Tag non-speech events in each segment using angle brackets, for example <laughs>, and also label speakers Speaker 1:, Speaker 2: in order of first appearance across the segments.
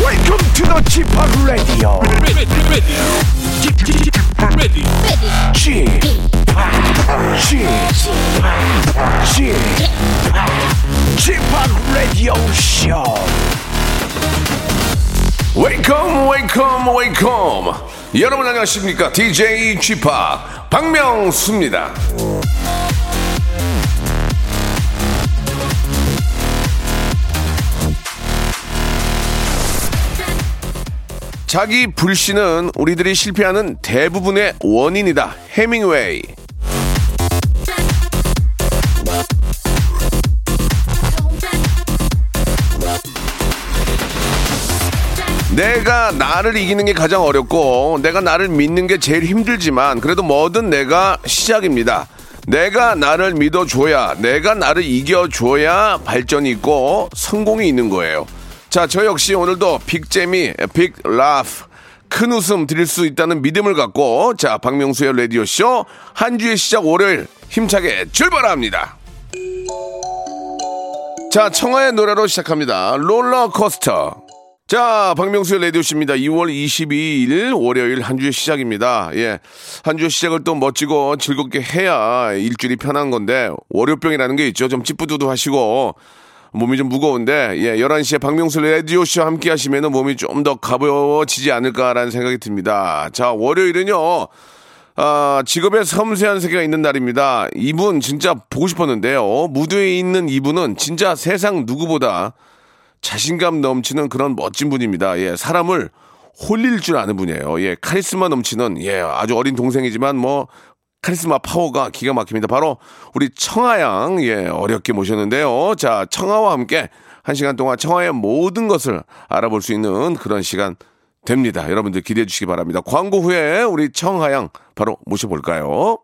Speaker 1: Welcome to the g p o p Radio.
Speaker 2: ready, ready, ready, ready,
Speaker 1: g p o p g p o p g p o p Radio Show.
Speaker 3: 웨이컴 웨이컴 웨이컴 여러분 안녕하십니까 DJ g 파 박명수입니다 자기 불신은 우리들이 실패하는 대부분의 원인이다 해밍웨이 내가 나를 이기는 게 가장 어렵고 내가 나를 믿는 게 제일 힘들지만 그래도 뭐든 내가 시작입니다. 내가 나를 믿어줘야 내가 나를 이겨줘야 발전이 있고 성공이 있는 거예요. 자, 저 역시 오늘도 빅재미, 빅라프 큰 웃음 드릴 수 있다는 믿음을 갖고 자, 박명수의 라디오쇼 한 주의 시작 월요일 힘차게 출발합니다. 자, 청하의 노래로 시작합니다. 롤러코스터. 자, 박명수의 라디오씨입니다. 2월 22일 월요일 한 주의 시작입니다. 예. 한 주의 시작을 또 멋지고 즐겁게 해야 일주일이 편한 건데, 월요병이라는 게 있죠. 좀 찌뿌두두 하시고, 몸이 좀 무거운데, 예. 11시에 박명수 라디오씨와 함께 하시면 은 몸이 좀 더 가벼워지지 않을까라는 생각이 듭니다. 자, 월요일은요. 아, 직업의 섬세한 세계가 있는 날입니다. 이분 진짜 보고 싶었는데요. 무대에 있는 이분은 진짜 세상 누구보다 자신감 넘치는 그런 멋진 분입니다. 예, 사람을 홀릴 줄 아는 분이에요. 예, 카리스마 넘치는 예, 아주 어린 동생이지만 뭐 카리스마 파워가 기가 막힙니다. 바로 우리 청아양 예, 어렵게 모셨는데요. 자, 청아와 함께 한 시간 동안 청아의 모든 것을 알아볼 수 있는 그런 시간 됩니다. 여러분들 기대해 주시기 바랍니다. 광고 후에 우리 청하양 바로 모셔볼까요?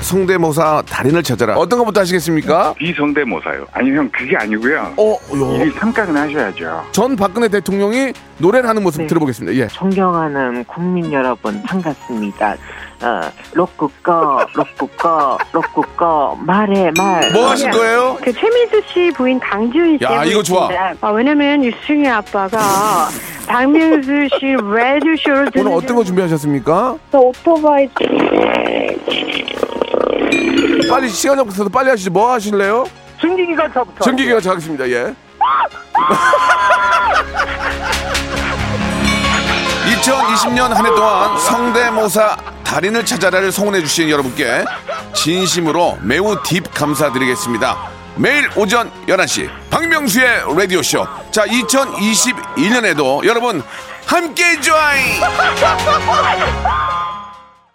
Speaker 3: 성대모사 달인을 찾아라. 어떤 것부터 하시겠습니까?
Speaker 4: 비성대모사요. 아니 형 그게 아니고요.
Speaker 3: 어, 요.
Speaker 4: 이 삼각은 하셔야죠.
Speaker 3: 전 박근혜 대통령이 노래를 하는 모습
Speaker 5: 네.
Speaker 3: 들어보겠습니다. 예.
Speaker 5: 존경하는 국민 여러분 반갑습니다. 어, 로꾸꺼 로꾸꺼 로꾸꺼 말해 말.
Speaker 3: 뭐 하실 거예요?
Speaker 6: 그 최민수 씨 부인 강지훈 씨.
Speaker 3: 야, 이거 좋아.
Speaker 6: 아, 왜냐면
Speaker 3: <laughs>
Speaker 6: 유승희 아빠가 박민수 씨 레드 쇼를
Speaker 3: 오늘 어떤 거 준비하셨습니까?
Speaker 6: 저 오토바이
Speaker 3: 빨리 시간이 없어서 빨리 하시죠. 뭐 하실래요? 전기기관차부터. 전기기관차 하겠습니다. <laughs> 예. 2020년 한 해 동안 성대모사 달인을 찾아라를 성원해 주신 여러분께 진심으로 매우 딥 감사드리겠습니다. 매일 오전 11시 박명수의 라디오쇼. 자, 2021년에도 여러분 함께 join!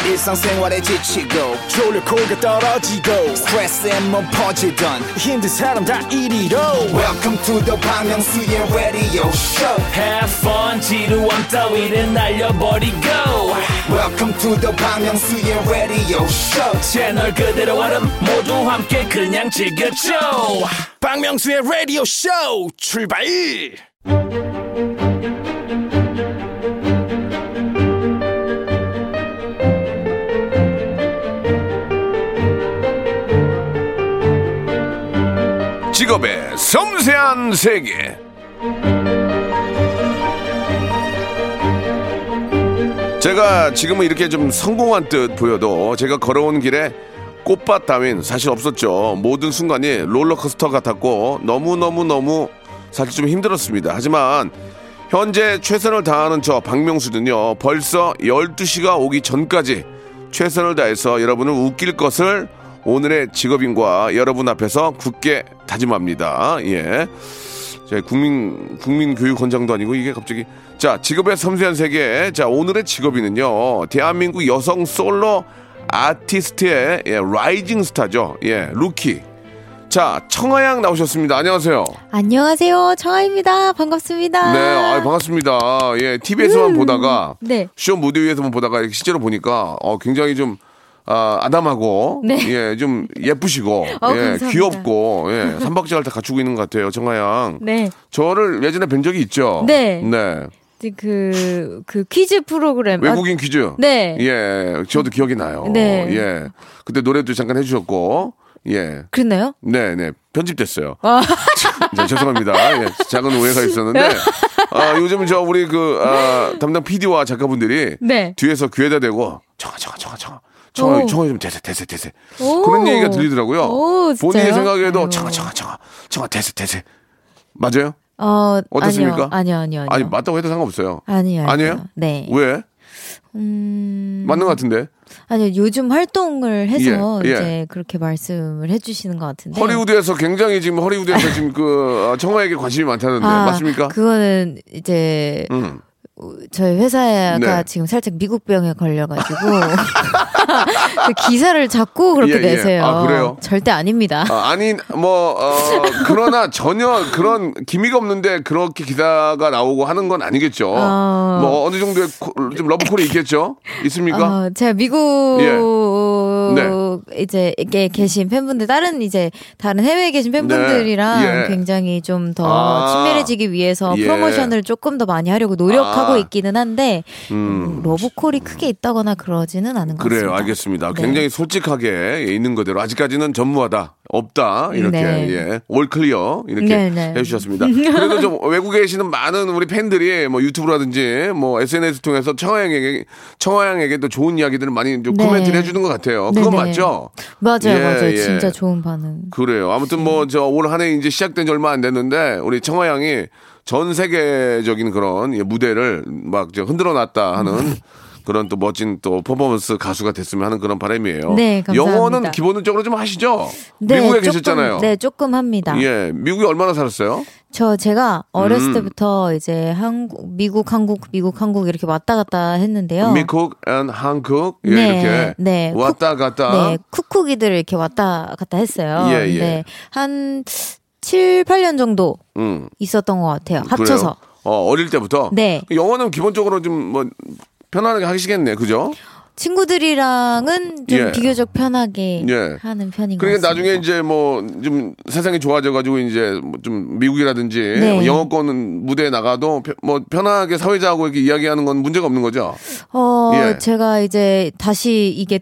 Speaker 7: 일상생활에 지치고, 졸려 코가 떨어지고, 스트레스에 몸 퍼지던, 힘든 사람 다 이리로. welcome to the Bang Myung-soo's radio show
Speaker 8: Have fun 지루함 따위를 날려버리고
Speaker 7: welcome to the Bang Myung-soo's radio show
Speaker 8: 채널 그대로 와름 모두 함께 그냥 즐겨줘
Speaker 7: 박명수의 radio show 출발
Speaker 3: 직업의 섬세한 세계. 제가 지금은 이렇게 좀 성공한 듯 보여도 제가 걸어온 길에 꽃밭 따윈 사실 없었죠. 모든 순간이 롤러코스터 같았고 너무너무너무 사실 좀 힘들었습니다. 하지만 현재 최선을 다하는 저 박명수는요. 벌써 12시가 오기 전까지 최선을 다해서 여러분을 웃길 것을 오늘의 직업인과 여러분 앞에서 굳게 다짐합니다. 예. 제 국민 국민 교육 권장도 아니고 이게 갑자기 자 직업의 섬세한 세계 자 오늘의 직업인은요 대한민국 여성 솔로 아티스트의 예, 라이징 스타죠 예 루키 자 청아양 나오셨습니다 안녕하세요
Speaker 9: 안녕하세요. 청아입니다. 반갑습니다.
Speaker 3: 네 아, 반갑습니다 예 TV에서만 보다가
Speaker 9: 네.
Speaker 3: 쇼 무대 위에서만 보다가 이렇게 실제로 보니까 어, 굉장히 좀 아, 아담하고
Speaker 9: 네.
Speaker 3: 예 좀 예쁘시고
Speaker 9: 어,
Speaker 3: 예
Speaker 9: 감사합니다.
Speaker 3: 귀엽고
Speaker 9: <laughs>
Speaker 3: 예 삼박자를 다 갖추고 있는 것 같아요 청아양
Speaker 9: 네.
Speaker 3: 저를 예전에 뵌 적이 있죠.
Speaker 9: 네.
Speaker 3: 네.
Speaker 9: 이제 그, 그 퀴즈 프로그램. 아,
Speaker 3: 외국인 퀴즈.
Speaker 9: 네.
Speaker 3: 예. 저도 기억이 나요.
Speaker 9: 네.
Speaker 3: 예. 그때 노래도 잠깐 해주셨고. 예.
Speaker 9: 그랬나요?
Speaker 3: 네, 네. 편집됐어요.
Speaker 9: 아.
Speaker 3: <laughs> 네, 죄송합니다. 예, 작은 오해가 있었는데.
Speaker 9: 네.
Speaker 3: 아, 요즘은 저 우리 그 아, 담당 PD와 작가분들이
Speaker 9: 네.
Speaker 3: 뒤에서 귀에다 대고 청아 청아 청아 청아 청아
Speaker 9: 오.
Speaker 3: 청아 좀 대세 대세 대세
Speaker 9: 오.
Speaker 3: 그런 얘기가 들리더라고요.
Speaker 9: 오, 진짜요? 네.
Speaker 3: 본인의 생각에도
Speaker 9: 아이고.
Speaker 3: 청아 청아 청아 청아 대세 대세 맞아요?
Speaker 9: 어,
Speaker 3: 어떻습니까?
Speaker 9: 아니요, 아니요, 아니요.
Speaker 3: 아니 맞다고 해도 상관없어요.
Speaker 9: 아니요, 아니요.
Speaker 3: 아니에요?
Speaker 9: 네.
Speaker 3: 왜?
Speaker 9: 음.
Speaker 3: 맞는 것 같은데
Speaker 9: 아니요, 요즘 활동을 해서
Speaker 3: 예, 예.
Speaker 9: 이제 그렇게 말씀을 해주시는 것 같은데.
Speaker 3: 허리우드에서 굉장히 지금 허리우드에서 지금 그 아, 청아에게 관심이 많다는데
Speaker 9: 아,
Speaker 3: 네, 맞습니까?
Speaker 9: 그거는 이제
Speaker 3: 음.
Speaker 9: 저희 회사가
Speaker 3: 네.
Speaker 9: 지금 살짝 미국병에
Speaker 3: <laughs>
Speaker 9: 걸려가지고 <laughs> 그 기사를 자꾸 그렇게
Speaker 3: 예, 예.
Speaker 9: 내세요.
Speaker 3: 아, 그래요?
Speaker 9: 절대 아닙니다.
Speaker 3: 아, 아니 뭐 어, 그러나 전혀 그런 기미가 없는데 그렇게 기사가 나오고 하는 건 아니겠죠.
Speaker 9: 어.
Speaker 3: 뭐 어느 정도의 코- 좀 러브콜이 있겠죠? 있습니까?
Speaker 9: 어, 제가 미국
Speaker 3: 예.
Speaker 9: 이제 이게 계신 팬분들 다른 이제 다른 해외에 계신 팬분들이랑
Speaker 3: 네. 예.
Speaker 9: 굉장히 좀 더
Speaker 3: 아.
Speaker 9: 친밀해지기 위해서
Speaker 3: 예.
Speaker 9: 프로모션을 조금 더 많이 하려고 노력하고
Speaker 3: 아.
Speaker 9: 있기는 한데
Speaker 3: 음.
Speaker 9: 러브콜이 크게 있다거나 그러지는 않은 것 같습니다.
Speaker 3: 그래요, 알겠습니다.
Speaker 9: 네.
Speaker 3: 굉장히 솔직하게 예, 있는 그대로 아직까지는 전무하다, 없다 이렇게
Speaker 9: 네.
Speaker 3: 예, 올 클리어 이렇게
Speaker 9: 네, 네.
Speaker 3: 해주셨습니다. 그래도 좀 외국에 계시는 많은 우리 팬들이 뭐 유튜브라든지 뭐 SNS 통해서 청아양에게 청아양에게 또 좋은 이야기들을 많이 좀
Speaker 9: 네.
Speaker 3: 코멘트를 해주는 것 같아요. 어, 그건
Speaker 9: 네, 네.
Speaker 3: 맞죠?
Speaker 9: 맞아요,
Speaker 3: 예,
Speaker 9: 맞아요.
Speaker 3: 예.
Speaker 9: 진짜 좋은 반응.
Speaker 3: 그래요. 아무튼 뭐 저 올 한 해 이제 시작된 지 얼마 안 됐는데 우리 청아양이 전 세계적인 그런 예, 무대를 막 흔들어 놨다
Speaker 9: <laughs>
Speaker 3: 하는 그런 또 멋진 또 퍼포먼스 가수가 됐으면 하는 그런 바람이에요.
Speaker 9: 네, 감사합니다. 네,
Speaker 3: 영어는 기본적으로 좀 하시죠. 미국에
Speaker 9: 조금,
Speaker 3: 계셨잖아요.
Speaker 9: 네, 조금 합니다.
Speaker 3: 예, 미국에 얼마나 살았어요?
Speaker 9: 저 제가 어렸을
Speaker 3: 음.
Speaker 9: 때부터 이제 한국, 미국, 한국, 미국, 한국 이렇게 왔다 갔다 했는데요.
Speaker 3: 미국 앤 한국 예,
Speaker 9: 네,
Speaker 3: 이렇게
Speaker 9: 네.
Speaker 3: 왔다 갔다.
Speaker 9: 네, 쿡쿡이들 이렇게 왔다 갔다 했어요.
Speaker 3: 예, 예.
Speaker 9: 근데 한 7, 8년 정도
Speaker 3: 음,
Speaker 9: 있었던 것 같아요.
Speaker 3: 그래요?
Speaker 9: 합쳐서.
Speaker 3: 어, 어릴 때부터.
Speaker 9: 네.
Speaker 3: 영어는 기본적으로 좀 뭐 편안하게 하시겠네, 그죠?
Speaker 9: 친구들이랑은 좀
Speaker 3: 예.
Speaker 9: 비교적 편하게
Speaker 3: 예.
Speaker 9: 하는 편인 것
Speaker 3: 그러니까
Speaker 9: 같습니다.
Speaker 3: 나중에 이제 뭐 좀 세상이 좋아져가지고 이제 뭐 좀 미국이라든지
Speaker 9: 네.
Speaker 3: 뭐 영어권 무대에 나가도 펴- 뭐 편하게 사회자하고 이렇게 이야기하는 건 문제가 없는 거죠.
Speaker 9: 어,
Speaker 3: 예.
Speaker 9: 제가 이제 다시 이게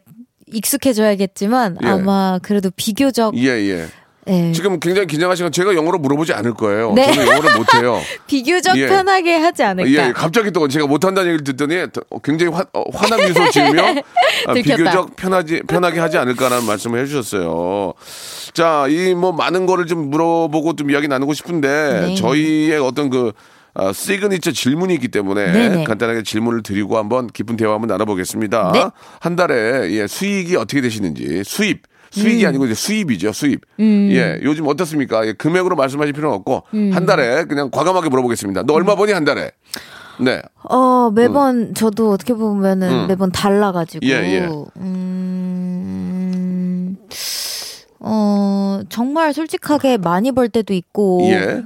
Speaker 9: 익숙해져야겠지만
Speaker 3: 예.
Speaker 9: 아마 그래도 비교적
Speaker 3: 예 예.
Speaker 9: 예,
Speaker 3: 지금 굉장히 긴장하시고 제가 영어로 물어보지 않을 거예요.
Speaker 9: 네.
Speaker 3: 저는 영어를
Speaker 9: <laughs>
Speaker 3: 못해요.
Speaker 9: 비교적
Speaker 3: 예.
Speaker 9: 편하게 하지 않을까.
Speaker 3: 예, 갑자기 또 제가 못한다는 얘기를 듣더니 더- 어, 굉장히 화, 어, 화난 미소
Speaker 9: <laughs>
Speaker 3: 지으며 아,
Speaker 9: 들켰다.
Speaker 3: 비교적 편하지, 편하게 하지 않을까라는 말씀을 해주셨어요. 자, 이 뭐 많은 거를 좀 물어보고 좀 이야기 나누고 싶은데
Speaker 9: 네.
Speaker 3: 저희의 어떤 그 아, 시그니처 질문이 있기 때문에
Speaker 9: 네네.
Speaker 3: 예, 간단하게 질문을 드리고 한번 깊은 대화 한번 나눠보겠습니다.
Speaker 9: 네.
Speaker 3: 한 달에 예, 수익이 어떻게 되시는지 수입. 수익이
Speaker 9: 음.
Speaker 3: 아니고 이제 수입이죠, 수입. 예, 요즘 어떻습니까? 예, 금액으로 말씀하실 필요는 없고,
Speaker 9: 음.
Speaker 3: 한 달에 그냥 과감하게 물어보겠습니다. 너 얼마 버니, 한 달에? 네.
Speaker 9: 어, 매번 저도 어떻게 보면은 매번 달라가지고.
Speaker 3: 음. 예, 예.
Speaker 9: 음. 어, 정말 솔직하게 많이 벌 때도 있고.
Speaker 3: 예.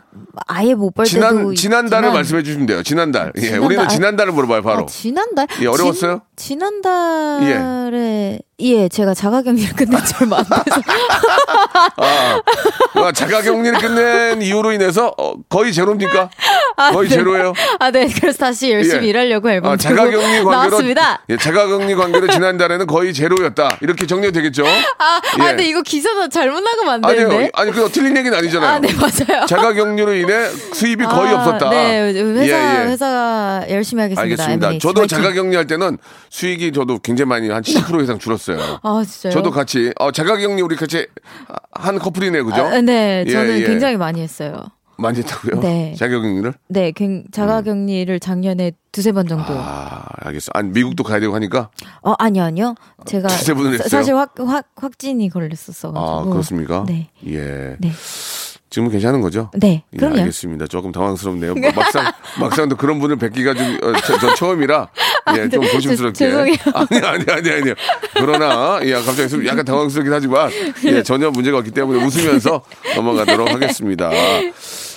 Speaker 9: 아예 못 벌 때도
Speaker 3: 지난
Speaker 9: 있
Speaker 3: 지난달을 말씀해 주시면 돼요. 지난달. 예,
Speaker 9: 지난달.
Speaker 3: 우리는 지난달을 물어봐요, 바로.
Speaker 9: 아, 지난달?
Speaker 3: 예, 어려웠어요?
Speaker 9: 지, 난달에 예. 제가 자가격리를 끝낸 지 얼마 안
Speaker 3: <laughs>
Speaker 9: 돼서.
Speaker 3: 아, 아, 자가격리를 끝낸 이후로 인해서 어, 거의 제로입니까? 거의 제로예요.
Speaker 9: 아, 네. 그래서 다시 열심히
Speaker 3: 예.
Speaker 9: 일하려고 앨범
Speaker 3: 아,
Speaker 9: 들고
Speaker 3: 자가격리 관계로
Speaker 9: 나왔습니다.
Speaker 3: 예, 자가격리 관계로 지난달에는 거의 제로였다. 이렇게 정리가 되겠죠?
Speaker 9: 아,
Speaker 3: 예.
Speaker 9: 아, 근데 이거 기사가 잘못 나가면 안
Speaker 3: 아니요,
Speaker 9: 되는데.
Speaker 3: 아니 그 틀린 얘기는 아니잖아요.
Speaker 9: 아, 네, <laughs> 맞아요.
Speaker 3: 자가격리로 인해 수입이 거의
Speaker 9: 아,
Speaker 3: 없었다.
Speaker 9: 네, 회사 네,
Speaker 3: 예, 예.
Speaker 9: 회사가 열심히 하겠습니다.
Speaker 3: 알겠습니다.
Speaker 9: MH.
Speaker 3: 저도
Speaker 9: 화이팅.
Speaker 3: 자가격리할 때는 수익이 저도 굉장히 많이 한 70% 이상
Speaker 9: <laughs>
Speaker 3: 줄었어요.
Speaker 9: 아 진짜요?
Speaker 3: 저도 같이 어, 자가격리 우리 같이 한 커플이네요, 그죠?
Speaker 9: 아, 네,
Speaker 3: 예,
Speaker 9: 저는
Speaker 3: 예.
Speaker 9: 굉장히 많이 했어요.
Speaker 3: 많이 했다고요?
Speaker 9: 네.
Speaker 3: 자가격리를?
Speaker 9: 네, 굉- 자가격리를 작년에 두세 번 정도. 아,
Speaker 3: 아, 알겠어. 아니 미국도 가야 되고 하니까
Speaker 9: 어 아니요 아니요. 제가
Speaker 3: 두세 번을
Speaker 9: 사-
Speaker 3: 했어요?
Speaker 9: 사실 확, 확 확진이 걸렸었어
Speaker 3: 아
Speaker 9: 가지고.
Speaker 3: 그렇습니까?
Speaker 9: 네.
Speaker 3: 예.
Speaker 9: 네.
Speaker 3: 지금 은 괜찮은 거죠?
Speaker 9: 네,
Speaker 3: 예,
Speaker 9: 그럼요.
Speaker 3: 알겠습니다. 조금 당황스럽네요. 뭐 막상 <laughs> 막상 또 그런 분을 뵙기가 좀 어, 저, 저 처음이라 예, 좀
Speaker 9: 네,
Speaker 3: 조심스럽게.
Speaker 9: 죄- 죄송해요.
Speaker 3: <laughs> 아니 아니 아니 아니요. 그러나 예, 갑자기 좀 약간 당황스럽긴 하지만
Speaker 9: 네.
Speaker 3: 예, 전혀 문제가 없기 때문에 웃으면서 넘어가도록 하겠습니다.
Speaker 9: 네.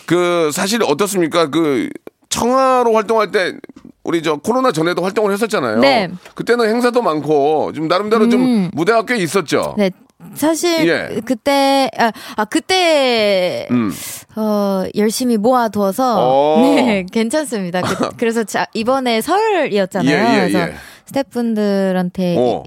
Speaker 3: 그 사실 어떻습니까? 그 청아로 활동할 때 우리 저 코로나 전에도 활동을 했었잖아요.
Speaker 9: 네. 음.
Speaker 3: 그때는 행사도 많고 좀 나름대로 좀 무대가 꽤 있었죠.
Speaker 9: 네. 사실
Speaker 3: 예.
Speaker 9: 그때 아, 아, 그때
Speaker 3: 음. 어.
Speaker 9: 어 열심히 모아둬서
Speaker 3: 오.
Speaker 9: 네 괜찮습니다.
Speaker 3: <laughs>
Speaker 9: 그, 래서 이번에 설이었잖아요.
Speaker 3: 예, 예,
Speaker 9: 그래서
Speaker 3: 예.
Speaker 9: 스태프분들한테
Speaker 3: 어.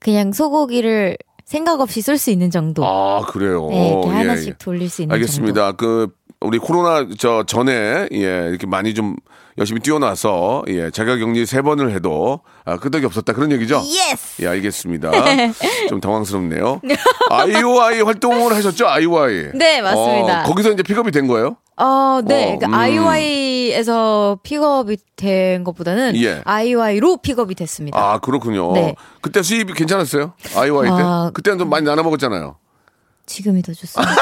Speaker 9: 그냥 소고기를 생각 없이 쓸 수 있는 정도.
Speaker 3: 아 그래요.
Speaker 9: 네, 이렇게
Speaker 3: 예,
Speaker 9: 하나씩
Speaker 3: 예.
Speaker 9: 돌릴 수 있는 정도.
Speaker 3: 알겠습니다. 그 우리 코로나 저 전에 예 이렇게 많이 좀 열심히 뛰어나서 예 자가격리 세 번을 해도 아 끄떡이 없었다 그런 얘기죠.
Speaker 9: 예스.
Speaker 3: 예
Speaker 9: <laughs>
Speaker 3: 알겠습니다. 좀 당황스럽네요. 아이오아이 활동을 하셨죠 아이오아이.
Speaker 9: 네, 맞습니다.
Speaker 3: 어, 거기서 이제 픽업이 된 거예요?
Speaker 9: 어, 네.
Speaker 3: 어,
Speaker 9: 그러니까
Speaker 3: 음.
Speaker 9: IY에서 픽업이 된 것보다는
Speaker 3: 예.
Speaker 9: IY로 픽업이 됐습니다.
Speaker 3: 아 그렇군요.
Speaker 9: 네.
Speaker 3: 그때 수입이 괜찮았어요? 아이오아이 때?
Speaker 9: 아,
Speaker 3: 그때는 좀 많이 나눠 먹었잖아요.
Speaker 9: 지금이 더 좋습니다.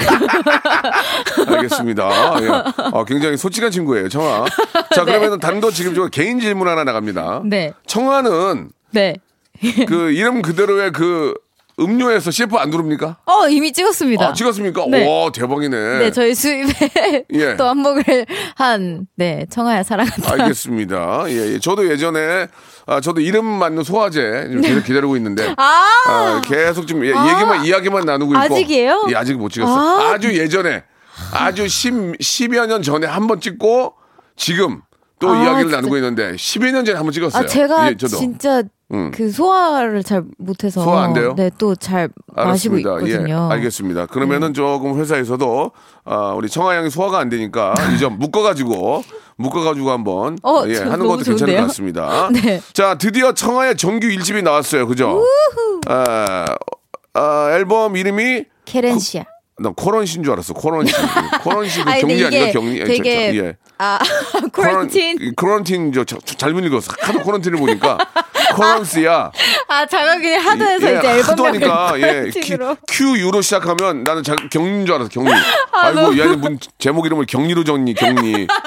Speaker 9: <laughs>
Speaker 3: 알겠습니다. 예. 아, 굉장히 솔직한 친구예요, 청아.
Speaker 9: <laughs>
Speaker 3: 자, 그러면 은 단도 지금 저 개인 질문 하나 나갑니다.
Speaker 9: 네.
Speaker 3: 청아는
Speaker 9: 네.
Speaker 3: 그 이름 그대로의 그 음료에서 CF 안 누릅니까?
Speaker 9: 어, 이미 찍었습니다.
Speaker 3: 아, 찍었습니까?
Speaker 9: 네.
Speaker 3: 와, 대박이네.
Speaker 9: 네, 저희 수입에
Speaker 3: <laughs> 예.
Speaker 9: 또 한 목을 한, 네, 청하야 사랑한다.
Speaker 3: 알겠습니다. 예, 예. 저도 예전에 아, 저도 이름 맞는 소화제 지금 계속 기다리고 있는데
Speaker 9: 네. 아!
Speaker 3: 아, 계속 좀 예, 얘기만 이야기만 나누고 있고
Speaker 9: 아직이에요?
Speaker 3: 예, 아직 못 찍었어. 요
Speaker 9: 아.
Speaker 3: 아주 예전에 아주 10, 10여 년 전에 한 번 찍고 지금 또
Speaker 9: 아,
Speaker 3: 이야기를
Speaker 9: 진짜.
Speaker 3: 나누고 있는데 10여 년 전에 한 번 찍었어요.
Speaker 9: 아, 제가
Speaker 3: 예, 저도.
Speaker 9: 진짜
Speaker 3: 음.
Speaker 9: 그 소화를 잘 못해서.
Speaker 3: 소화 안 돼요?
Speaker 9: 네, 또 잘 마시고
Speaker 3: 알았습니다.
Speaker 9: 있거든요.
Speaker 3: 예,
Speaker 9: 네.
Speaker 3: 알겠습니다. 그러면은 조금 회사에서도 아, 우리 청아 양이 소화가 안
Speaker 9: <laughs>
Speaker 3: 되니까 이 점 묶어가지고 묶어가지고 한번
Speaker 9: 어,
Speaker 3: 예,
Speaker 9: 저
Speaker 3: 하는
Speaker 9: 너무
Speaker 3: 것도 괜찮을
Speaker 9: 좋은데요?
Speaker 3: 것 같습니다.
Speaker 9: <laughs> 네.
Speaker 3: 자, 드디어 청아의 정규 1집이 나왔어요. 그죠? 아, 아, 앨범 이름이
Speaker 9: 케렌시아.
Speaker 3: 난 코런신 줄 알았어.
Speaker 9: <laughs>
Speaker 3: 코런신. 코런신 그
Speaker 9: 아니, 근데
Speaker 3: 격리 아니라
Speaker 9: 이게
Speaker 3: 격리.
Speaker 9: 되게
Speaker 3: 예.
Speaker 9: 아, <laughs> 쿼런틴.
Speaker 3: 코런틴 저 자- 잘못 읽었어. 하도 코런틴을 보니까
Speaker 9: <laughs>
Speaker 3: 코런스야.
Speaker 9: 아, 자가격리 하도 해서
Speaker 3: 예,
Speaker 9: 이제
Speaker 3: 하도
Speaker 9: 앨범명을
Speaker 3: 하니까
Speaker 9: <laughs>
Speaker 3: 예, 키-
Speaker 9: 쿼런틴으로.
Speaker 3: Q유로 시작하면 나는 자, 격리인 줄 알았어 경리 아, 이고
Speaker 9: 너무-
Speaker 3: 얘는 문, 제목 이름을 경리로 정리 경리 <laughs>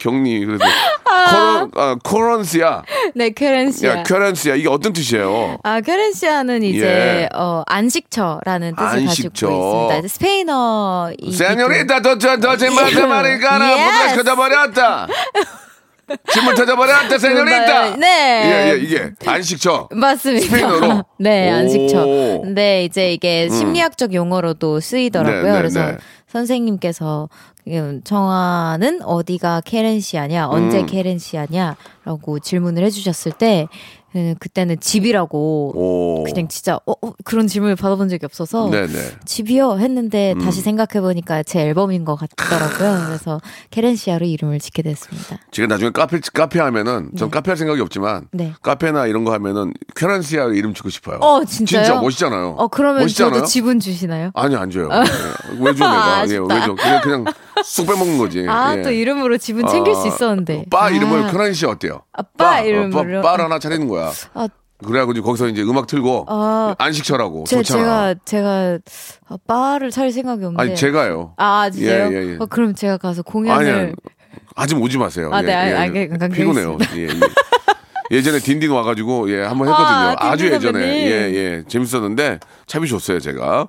Speaker 3: 경리 그래서 코런 아, 코런스야
Speaker 9: 네,
Speaker 3: 야
Speaker 9: 케렌시아.
Speaker 3: 큐런스야 이게 어떤 뜻이에요?
Speaker 9: 아, 케렌시아는 이제
Speaker 3: 예.
Speaker 9: 어, 안식처라는 뜻을
Speaker 3: 안식처.
Speaker 9: 가지고 있습니다. 이제 스페인어 이 예.
Speaker 3: 세뇨리타 더저더제 마세 마리가나
Speaker 9: Yes.
Speaker 3: 문을 터져버렸다 짐을
Speaker 9: <laughs>
Speaker 3: 터져버렸다 세뇨리타
Speaker 9: 네.
Speaker 3: 예, 예, 이게 안식처
Speaker 9: 맞습니다.
Speaker 3: 스페인어로?
Speaker 9: <laughs> 네,
Speaker 3: 오. 음.
Speaker 9: 안식처. 근데 이제 이게 심리학적 용어로도 쓰이더라고요.
Speaker 3: 네, 네,
Speaker 9: 그래서
Speaker 3: 네.
Speaker 9: 선생님께서 음, 정아는 어디가 케렌시아냐,
Speaker 3: 음.
Speaker 9: 언제 케렌시아냐라고 질문을 해주셨을 때 음, 그때는 집이라고
Speaker 3: 오.
Speaker 9: 그냥 진짜 어, 어, 그런 질문을 받아본 적이 없어서
Speaker 3: 네네. 음.
Speaker 9: 집이요 했는데 다시 생각해 보니까 제 앨범인
Speaker 3: <laughs>
Speaker 9: 것 같더라고요. 그래서 케렌시아로 이름을 짓게 됐습니다.
Speaker 3: 제가 나중에 카페 카페 하면은 전 카페 할 생각이 없지만
Speaker 9: 네.
Speaker 3: 카페나 이런 거 하면은 큐런스야 이름 짓고 싶어요.
Speaker 9: 어, 진짜요?
Speaker 3: 진짜 멋있잖아요.
Speaker 9: 어 그러면
Speaker 3: 멋있잖아요.
Speaker 9: 저도 지분 주시나요?
Speaker 3: 아니 안 줘요. 예. 왜 줘? 내가
Speaker 9: 아,
Speaker 3: 예, 왜
Speaker 9: 아쉽다.
Speaker 3: 줘? 그냥 그냥 쑥 빼먹는 거지.
Speaker 9: 아
Speaker 3: 예.
Speaker 9: 또 이름으로 지분 챙길 수
Speaker 3: 아,
Speaker 9: 있었는데.
Speaker 3: 바
Speaker 9: 아.
Speaker 3: 이름을 큐런스 어때요?
Speaker 9: 아, 바 이름으로?
Speaker 3: 어, 바, 바 하나 차리는 거야.
Speaker 9: 아,
Speaker 3: 그래가지고 거기서 이제 음악 틀고
Speaker 9: 아.
Speaker 3: 안식처라고
Speaker 9: 제,
Speaker 3: 좋잖아.
Speaker 9: 제가 네. 제가 아, 바를 차릴 생각이 없는데.
Speaker 3: 아니 제가요.
Speaker 9: 아 진짜요?
Speaker 3: 예, 예, 예.
Speaker 9: 어, 그럼 제가 가서 공연을
Speaker 3: 아니, 아니 아직 오지 마세요. 예,
Speaker 9: 아, 네, 알- 알겠- 알겠습니다.
Speaker 3: 피곤해요. 예, 예. 전에 딘딘 와가지고 예 한번 했거든요.
Speaker 9: 아,
Speaker 3: 아, 주
Speaker 9: 딘딘
Speaker 3: 예전에
Speaker 9: 선배님.
Speaker 3: 예예 재밌었는데 참이 좋았어요 제가.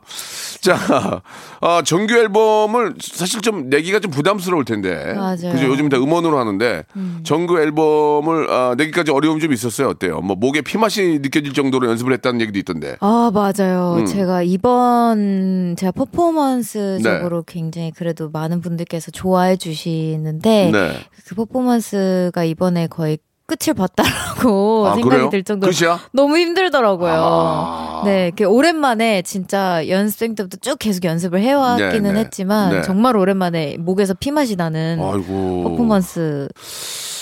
Speaker 3: 자 아, 정규 앨범을 사실 좀 내기가 좀 부담스러울 텐데.
Speaker 9: 맞아요.
Speaker 3: 그죠 요즘 다 음원으로 하는데 정규 앨범을 아, 내기까지 어려움이 좀 있었어요. 어때요? 뭐 목에 피맛이 느껴질 정도로 연습을 했다는 얘기도 있던데.
Speaker 9: 아, 맞아요.
Speaker 3: 음.
Speaker 9: 제가 이번 제가
Speaker 3: 네.
Speaker 9: 퍼포먼스적으로 굉장히 그래도 많은 분들께서 좋아해 주시는데
Speaker 3: 네.
Speaker 9: 그 퍼포먼스가 이번에 거의 끝을 봤다라고
Speaker 3: 아,
Speaker 9: <laughs> 생각이
Speaker 3: 그래요?
Speaker 9: 들 정도로
Speaker 3: 끝이야?
Speaker 9: 너무 힘들더라고요.
Speaker 3: 아.
Speaker 9: 네, 이렇게 오랜만에 진짜 연습생 때부터 쭉 계속 연습을 해왔기는
Speaker 3: 네, 네.
Speaker 9: 했지만
Speaker 3: 네.
Speaker 9: 정말 오랜만에 목에서 피맛이 나는
Speaker 3: 아이고.
Speaker 9: 퍼포먼스.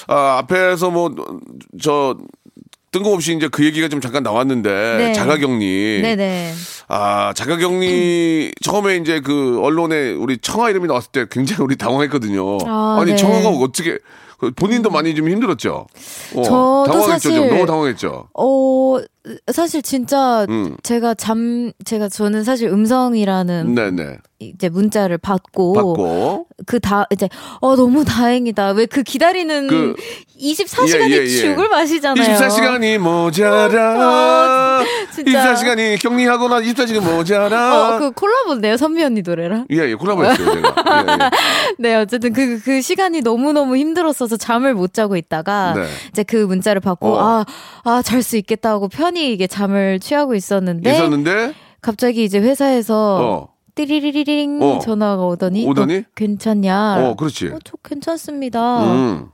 Speaker 3: 아, 앞에서 뭐 저 뜬금없이 이제 그 얘기가 좀 잠깐 나왔는데
Speaker 9: 네.
Speaker 3: 자가격리.
Speaker 9: 네네.
Speaker 3: 아 자가격리 <clears throat> 처음에 이제 그 언론에 우리 청아 이름이 나왔을 때 굉장히 우리 당황했거든요.
Speaker 9: 아,
Speaker 3: 니
Speaker 9: 네.
Speaker 3: 청아가 어떻게 그 본인도 많이 좀 힘들었죠. 어,
Speaker 9: 저도
Speaker 3: 당황했죠. 좀
Speaker 9: 사실-
Speaker 3: 너무 당황했죠.
Speaker 9: 어 사실 진짜
Speaker 3: 음.
Speaker 9: 제가 잠 제가 저는 사실 음성이라는
Speaker 3: 네네.
Speaker 9: 이제 문자를 받고,
Speaker 3: 받고
Speaker 9: 그 다 이제 어 너무 다행이다. 왜 그 기다리는
Speaker 3: 그-
Speaker 9: 24시간이
Speaker 3: 예, 예, 예.
Speaker 9: 죽을 맛이잖아요. 아,
Speaker 3: 24시간이 모자라.
Speaker 9: 진짜.
Speaker 3: 24시간이 격리하고 나 24시간 모자라.
Speaker 9: 어그 콜라보인데요 선미 언니 노래랑 <laughs>
Speaker 3: 예, 예, 콜라보했어요, 제가.
Speaker 9: 네 어쨌든 그 그 시간이 너무 너무 힘들었어서 잠을 못 자고 있다가
Speaker 3: 네.
Speaker 9: 이제 그 문자를 받고
Speaker 3: 어.
Speaker 9: 아아 잘 수 있겠다고 편히 이게 잠을 취하고
Speaker 3: 예, 예.
Speaker 9: 있었는데
Speaker 3: 있었는데,
Speaker 9: 갑자기 이제 회사에서
Speaker 3: 어,
Speaker 9: 띠리리리링
Speaker 3: 어.
Speaker 9: 전화가 오더니
Speaker 3: 오더니?
Speaker 9: 너 괜찮냐
Speaker 3: 어, 그렇지.
Speaker 9: 어, 저 괜찮습니다
Speaker 3: 음.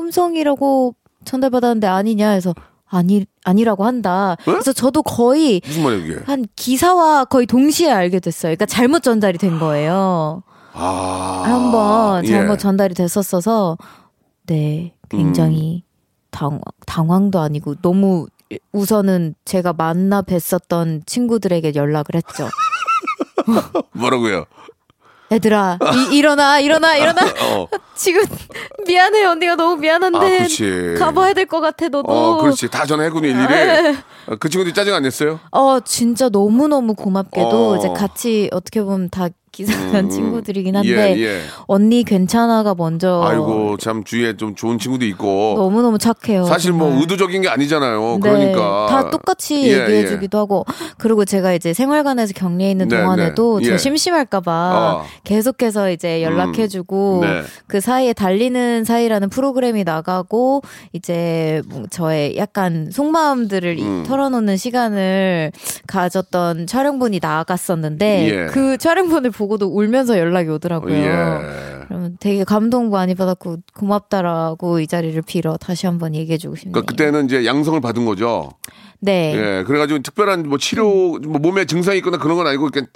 Speaker 9: 음성이라고 전달받았는데 아니냐 해서 아니 아니라고 한다. 그래서 저도 거의
Speaker 3: 무슨 말이에요, 이게?
Speaker 9: 한 기사와 거의 동시에 알게 됐어요. 그러니까 잘못 전달이 된 거예요.
Speaker 3: 아.
Speaker 9: 한번 잘못
Speaker 3: 예.
Speaker 9: 전달이 됐었어서 네 굉장히
Speaker 3: 음.
Speaker 9: 당황, 당황도 아니고 너무 우선은 제가 만나 뵀었던 친구들에게 연락을 했죠.
Speaker 3: 뭐라고요?
Speaker 9: 얘들아 이- 일어나 일어나 일어나
Speaker 3: 어.
Speaker 9: 지금 <laughs> 미안해 언니가 너무
Speaker 3: 아,
Speaker 9: 미안한데
Speaker 3: 그치.
Speaker 9: 가봐야 될 것 같아 너도
Speaker 3: 어, 그렇지. 다 전화했군요,
Speaker 9: 아, 예.
Speaker 3: 일일이. 어, 그 친구들이 짜증 안 냈어요?
Speaker 9: 어, 진짜 너무너무 고맙게도
Speaker 3: 어.
Speaker 9: 이제 같이 어떻게 보면 다 기사난
Speaker 3: 음,
Speaker 9: 친구들이긴 한데
Speaker 3: 예, 예.
Speaker 9: 언니 괜찮아가 먼저
Speaker 3: 아이고, 참 주위에 좀 좋은 친구도 있고.
Speaker 9: 너무너무 착해요.
Speaker 3: 사실 뭐
Speaker 9: 정말.
Speaker 3: 의도적인 게 아니잖아요.
Speaker 9: 네,
Speaker 3: 그러니까.
Speaker 9: 다 똑같이
Speaker 3: 예, 예.
Speaker 9: 얘기해주기도 하고 그리고 제가 이제 생활관에서 격리해 있는
Speaker 3: 네,
Speaker 9: 동안에도
Speaker 3: 네. 예.
Speaker 9: 저 심심할까봐
Speaker 3: 어.
Speaker 9: 계속해서 이제 연락해주고
Speaker 3: 네.
Speaker 9: 그 사이에 달리는 사이라는 프로그램이 나가고 이제 뭐 저의 약간 속마음들을 이- 털어놓는 시간을 가졌던 촬영분이 나갔었는데
Speaker 3: 예.
Speaker 9: 그 촬영분을 보고도 울면서 연락이 오더라고요.
Speaker 3: 예.
Speaker 9: 그러면 되게 감동 많이 받았고 고맙다라고 이 자리를 빌어 다시 한번 얘기해주고 싶네요.
Speaker 3: 그러니까 그때는 이제 양성을 받은 거죠.
Speaker 9: 네.
Speaker 3: 예. 그래가지고 특별한 뭐 치료, 뭐 몸에 증상이 있거나 그런 건 아니고, 그러니까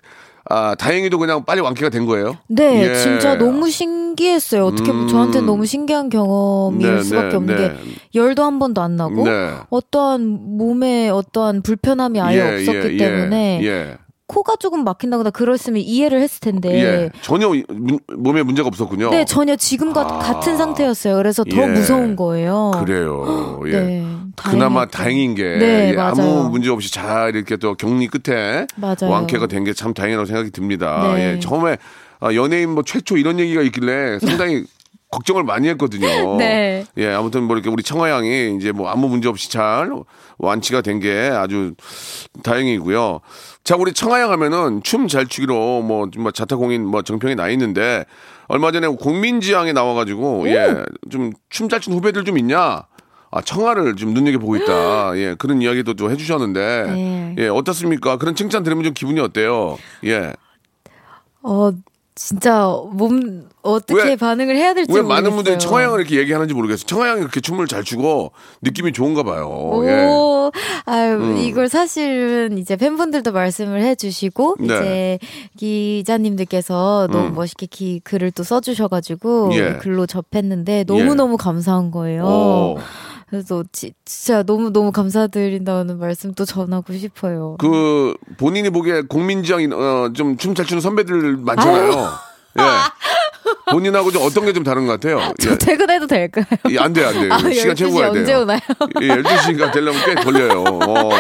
Speaker 3: 아, 다행히도 그냥 빨리 완쾌가 된 거예요.
Speaker 9: 네,
Speaker 3: 예.
Speaker 9: 진짜 너무 신기했어요. 어떻게
Speaker 3: 음.
Speaker 9: 보면 저한테 너무 신기한 경험일
Speaker 3: 네,
Speaker 9: 뭐 수밖에
Speaker 3: 네,
Speaker 9: 없는
Speaker 3: 네.
Speaker 9: 게 열도 한 번도 안 나고
Speaker 3: 네.
Speaker 9: 어떠한 몸에 어떠한 불편함이 아예 없었기 때문에
Speaker 3: 예, 예.
Speaker 9: 코가 조금 막힌다거나 그랬으면 이해를 했을 텐데
Speaker 3: 예. 전혀 이- 문- 몸에 문제가 없었군요.
Speaker 9: 네 전혀 지금과
Speaker 3: 아.
Speaker 9: 같은 상태였어요. 그래서 더
Speaker 3: 예.
Speaker 9: 무서운 거예요.
Speaker 3: 그래요. 예.
Speaker 9: 네,
Speaker 3: 그나마
Speaker 9: 다행이었죠.
Speaker 3: 다행인 게
Speaker 9: 네,
Speaker 3: 예,
Speaker 9: 맞아요.
Speaker 3: 아무 문제 없이 잘 이렇게 또 격리 끝에
Speaker 9: 맞아요.
Speaker 3: 완쾌가 된 게 참 다행이라고 생각이 듭니다.
Speaker 9: 네.
Speaker 3: 예, 처음에 아, 연예인 뭐 최초 이런 얘기가 있길래
Speaker 9: <laughs>
Speaker 3: 상당히 걱정을 많이 했거든요.
Speaker 9: 네.
Speaker 3: 예, 아무튼 뭐 이렇게 우리 청아양이 이제 뭐 아무 문제 없이 잘 완치가 된 게 아주 다행이고요. 자, 우리 청아양 하면은 춤 잘 추기로 뭐 정말 자타공인 뭐 정평이 나 있는데 얼마 전에 공민지향에 나와가지고 예, 좀 춤 잘 춘 후배들 좀 있냐? 아, 청아를 좀 눈여겨보고
Speaker 9: <gasps>
Speaker 3: 있다. 예, 그런 이야기도 또 해주셨는데.
Speaker 9: 네.
Speaker 3: 예, 어떻습니까? 그런 칭찬 들으면 좀 기분이 어때요? 예.
Speaker 9: 어 진짜 몸 어떻게
Speaker 3: 왜-
Speaker 9: 반응을 해야 될지
Speaker 3: 왜
Speaker 9: 모르겠어요.
Speaker 3: 많은 분들이 청아양을 이렇게 얘기하는지 모르겠어요. 청아양이 그렇게 춤을 잘 추고 느낌이 좋은가 봐요. 예. 음.
Speaker 9: 오, 아유, 이걸 사실은 이제 팬분들도 말씀을 해주시고,
Speaker 3: 네. 음.
Speaker 9: 이제 기자님들께서 너무 멋있게 기, 글을 또 써주셔가지고,
Speaker 3: 예.
Speaker 9: 글로 접했는데 너무너무 감사한 거예요.
Speaker 3: 오.
Speaker 9: 그래서 지- 진짜 너무너무 감사드린다는 말씀 또 전하고 싶어요.
Speaker 3: 그 본인이 보기에 공민지향이 어, 좀 춤 잘 추는 선배들 많잖아요. 예. 본인하고 좀 어떤 게 좀 다른 것 같아요.
Speaker 9: <laughs> 저 퇴근해도 될까요?
Speaker 3: 예. 예, 안 돼요, 안 돼요.
Speaker 9: <laughs> 아,
Speaker 3: 시간
Speaker 9: 12시
Speaker 3: 채워야 돼요.
Speaker 9: 언제 오나요? <laughs>
Speaker 3: 예, 12시가 되려면 꽤 걸려요. 어,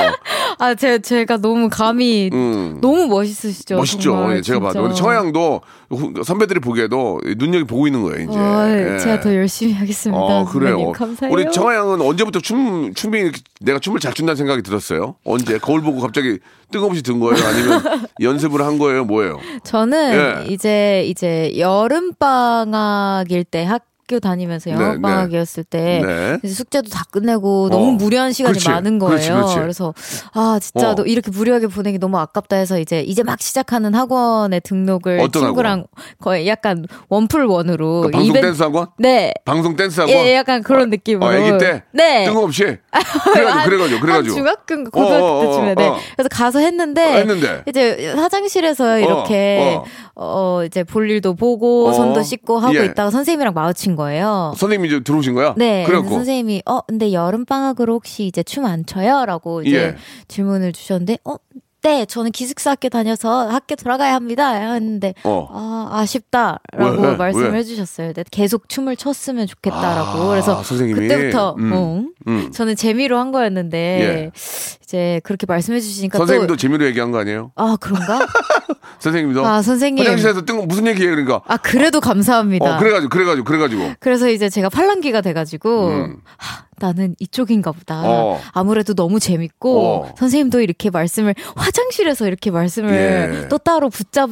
Speaker 9: 아, 제, 제가 너무 감히,
Speaker 3: 음.
Speaker 9: 너무 멋있으시죠?
Speaker 3: 멋있죠.
Speaker 9: 정말,
Speaker 3: 예, 제가 봐도.
Speaker 9: 진짜.
Speaker 3: 근데 청양도 후- 선배들이 보기에도 눈여겨보고 있는 거예요, 이제.
Speaker 9: 아,
Speaker 3: 예.
Speaker 9: 제가 더 열심히 하겠습니다.
Speaker 3: 어, 그래요.
Speaker 9: 선배님, 감사해요.
Speaker 3: 우리 청아양은 언제부터 춤, 춤이, 이렇게 내가 춤을 잘 춘다는 생각이 들었어요? 언제? 거울 보고 갑자기 뜬금없이 든 거예요? 아니면 <laughs> 연습을 한 거예요? 뭐예요?
Speaker 9: 저는
Speaker 3: 예.
Speaker 9: 이제 이제 여름 방학일 때 학교 다니면서
Speaker 3: 네,
Speaker 9: 영어 방학이었을 때
Speaker 3: 네.
Speaker 9: 이제 숙제도 다 끝내고
Speaker 3: 어.
Speaker 9: 너무 무료한 시간이
Speaker 3: 그렇지,
Speaker 9: 많은
Speaker 3: 그렇지,
Speaker 9: 거예요.
Speaker 3: 그렇지.
Speaker 9: 그래서아 진짜
Speaker 3: 어.
Speaker 9: 너 이렇게 무료하게 보내기 너무 아깝다 해서 이제 이제 막 시작하는 학원에 등록을
Speaker 3: 어떤 그러니까
Speaker 9: 친구랑 거의 약간 원풀 원으로
Speaker 3: 아, 방송
Speaker 9: 그 이벤트-
Speaker 3: 댄스 학원?
Speaker 9: 네.
Speaker 3: 방송 댄스 학원?
Speaker 9: 예, 약간 그런 느낌으로.
Speaker 3: 어, 애기 때?
Speaker 9: 네. <laughs>
Speaker 3: 뜬금없이? 그래가지고,
Speaker 9: 한-
Speaker 3: 그래가지고, 그래가지고.
Speaker 9: 한 중학교 고등학교
Speaker 3: 어, 어, 어,
Speaker 9: 때쯤에 네.
Speaker 3: 어.
Speaker 9: 그래서 가서 했는데,
Speaker 3: 어, 했는데.
Speaker 9: 이제 화장실에서 이렇게 어, 이제 볼 일도 보고
Speaker 3: 어.
Speaker 9: 손도 씻고 하고
Speaker 3: 예.
Speaker 9: 있다가 선생님이랑 마주친 거예요.
Speaker 3: 선생님이 이제 들어오신 거야?
Speaker 9: 네,
Speaker 3: 그래갖고.
Speaker 9: 그래서 선생님이 어 근데 여름 방학으로 혹시 이제 춤 안 춰요?라고 이제
Speaker 3: 예.
Speaker 9: 질문을 주셨는데 어 네, 저는 기숙사 학교 다녀서 학교 돌아가야 합니다. 했는데
Speaker 3: 어.
Speaker 9: 아, 아쉽다라고
Speaker 3: 왜?
Speaker 9: 말씀을
Speaker 3: 왜?
Speaker 9: 해주셨어요. 근데 계속 춤을 췄으면 좋겠다라고.
Speaker 3: 아,
Speaker 9: 그래서
Speaker 3: 선생님이.
Speaker 9: 그때부터
Speaker 3: 음,
Speaker 9: 어,
Speaker 3: 음. 예.
Speaker 9: 저는 재미로 한 거였는데 이제 그렇게 말씀해주시니까
Speaker 3: 선생님도
Speaker 9: 그러니까 또
Speaker 3: 재미로 얘기한 거 아니에요?
Speaker 9: 아
Speaker 3: <laughs>
Speaker 9: 그런가?
Speaker 3: 선생님도?
Speaker 9: 아 선생님.
Speaker 3: 화장실에서 뜬금 무슨 얘기예요, 그러니까?
Speaker 9: 아 그래도 감사합니다. 네.
Speaker 3: 어, 그래가지고, 그래가지고, 그래가지고.
Speaker 9: 그래서 이제 제가 팔랑귀가 돼가지고
Speaker 3: 음.
Speaker 9: 하, 나는 이쪽인가 보다.
Speaker 3: 어.
Speaker 9: 아무래도 너무 재밌고
Speaker 3: 어.
Speaker 9: 선생님도 이렇게 말씀을 화장실에서 이렇게 말씀을
Speaker 3: 예.
Speaker 9: 또 따로 붙잡아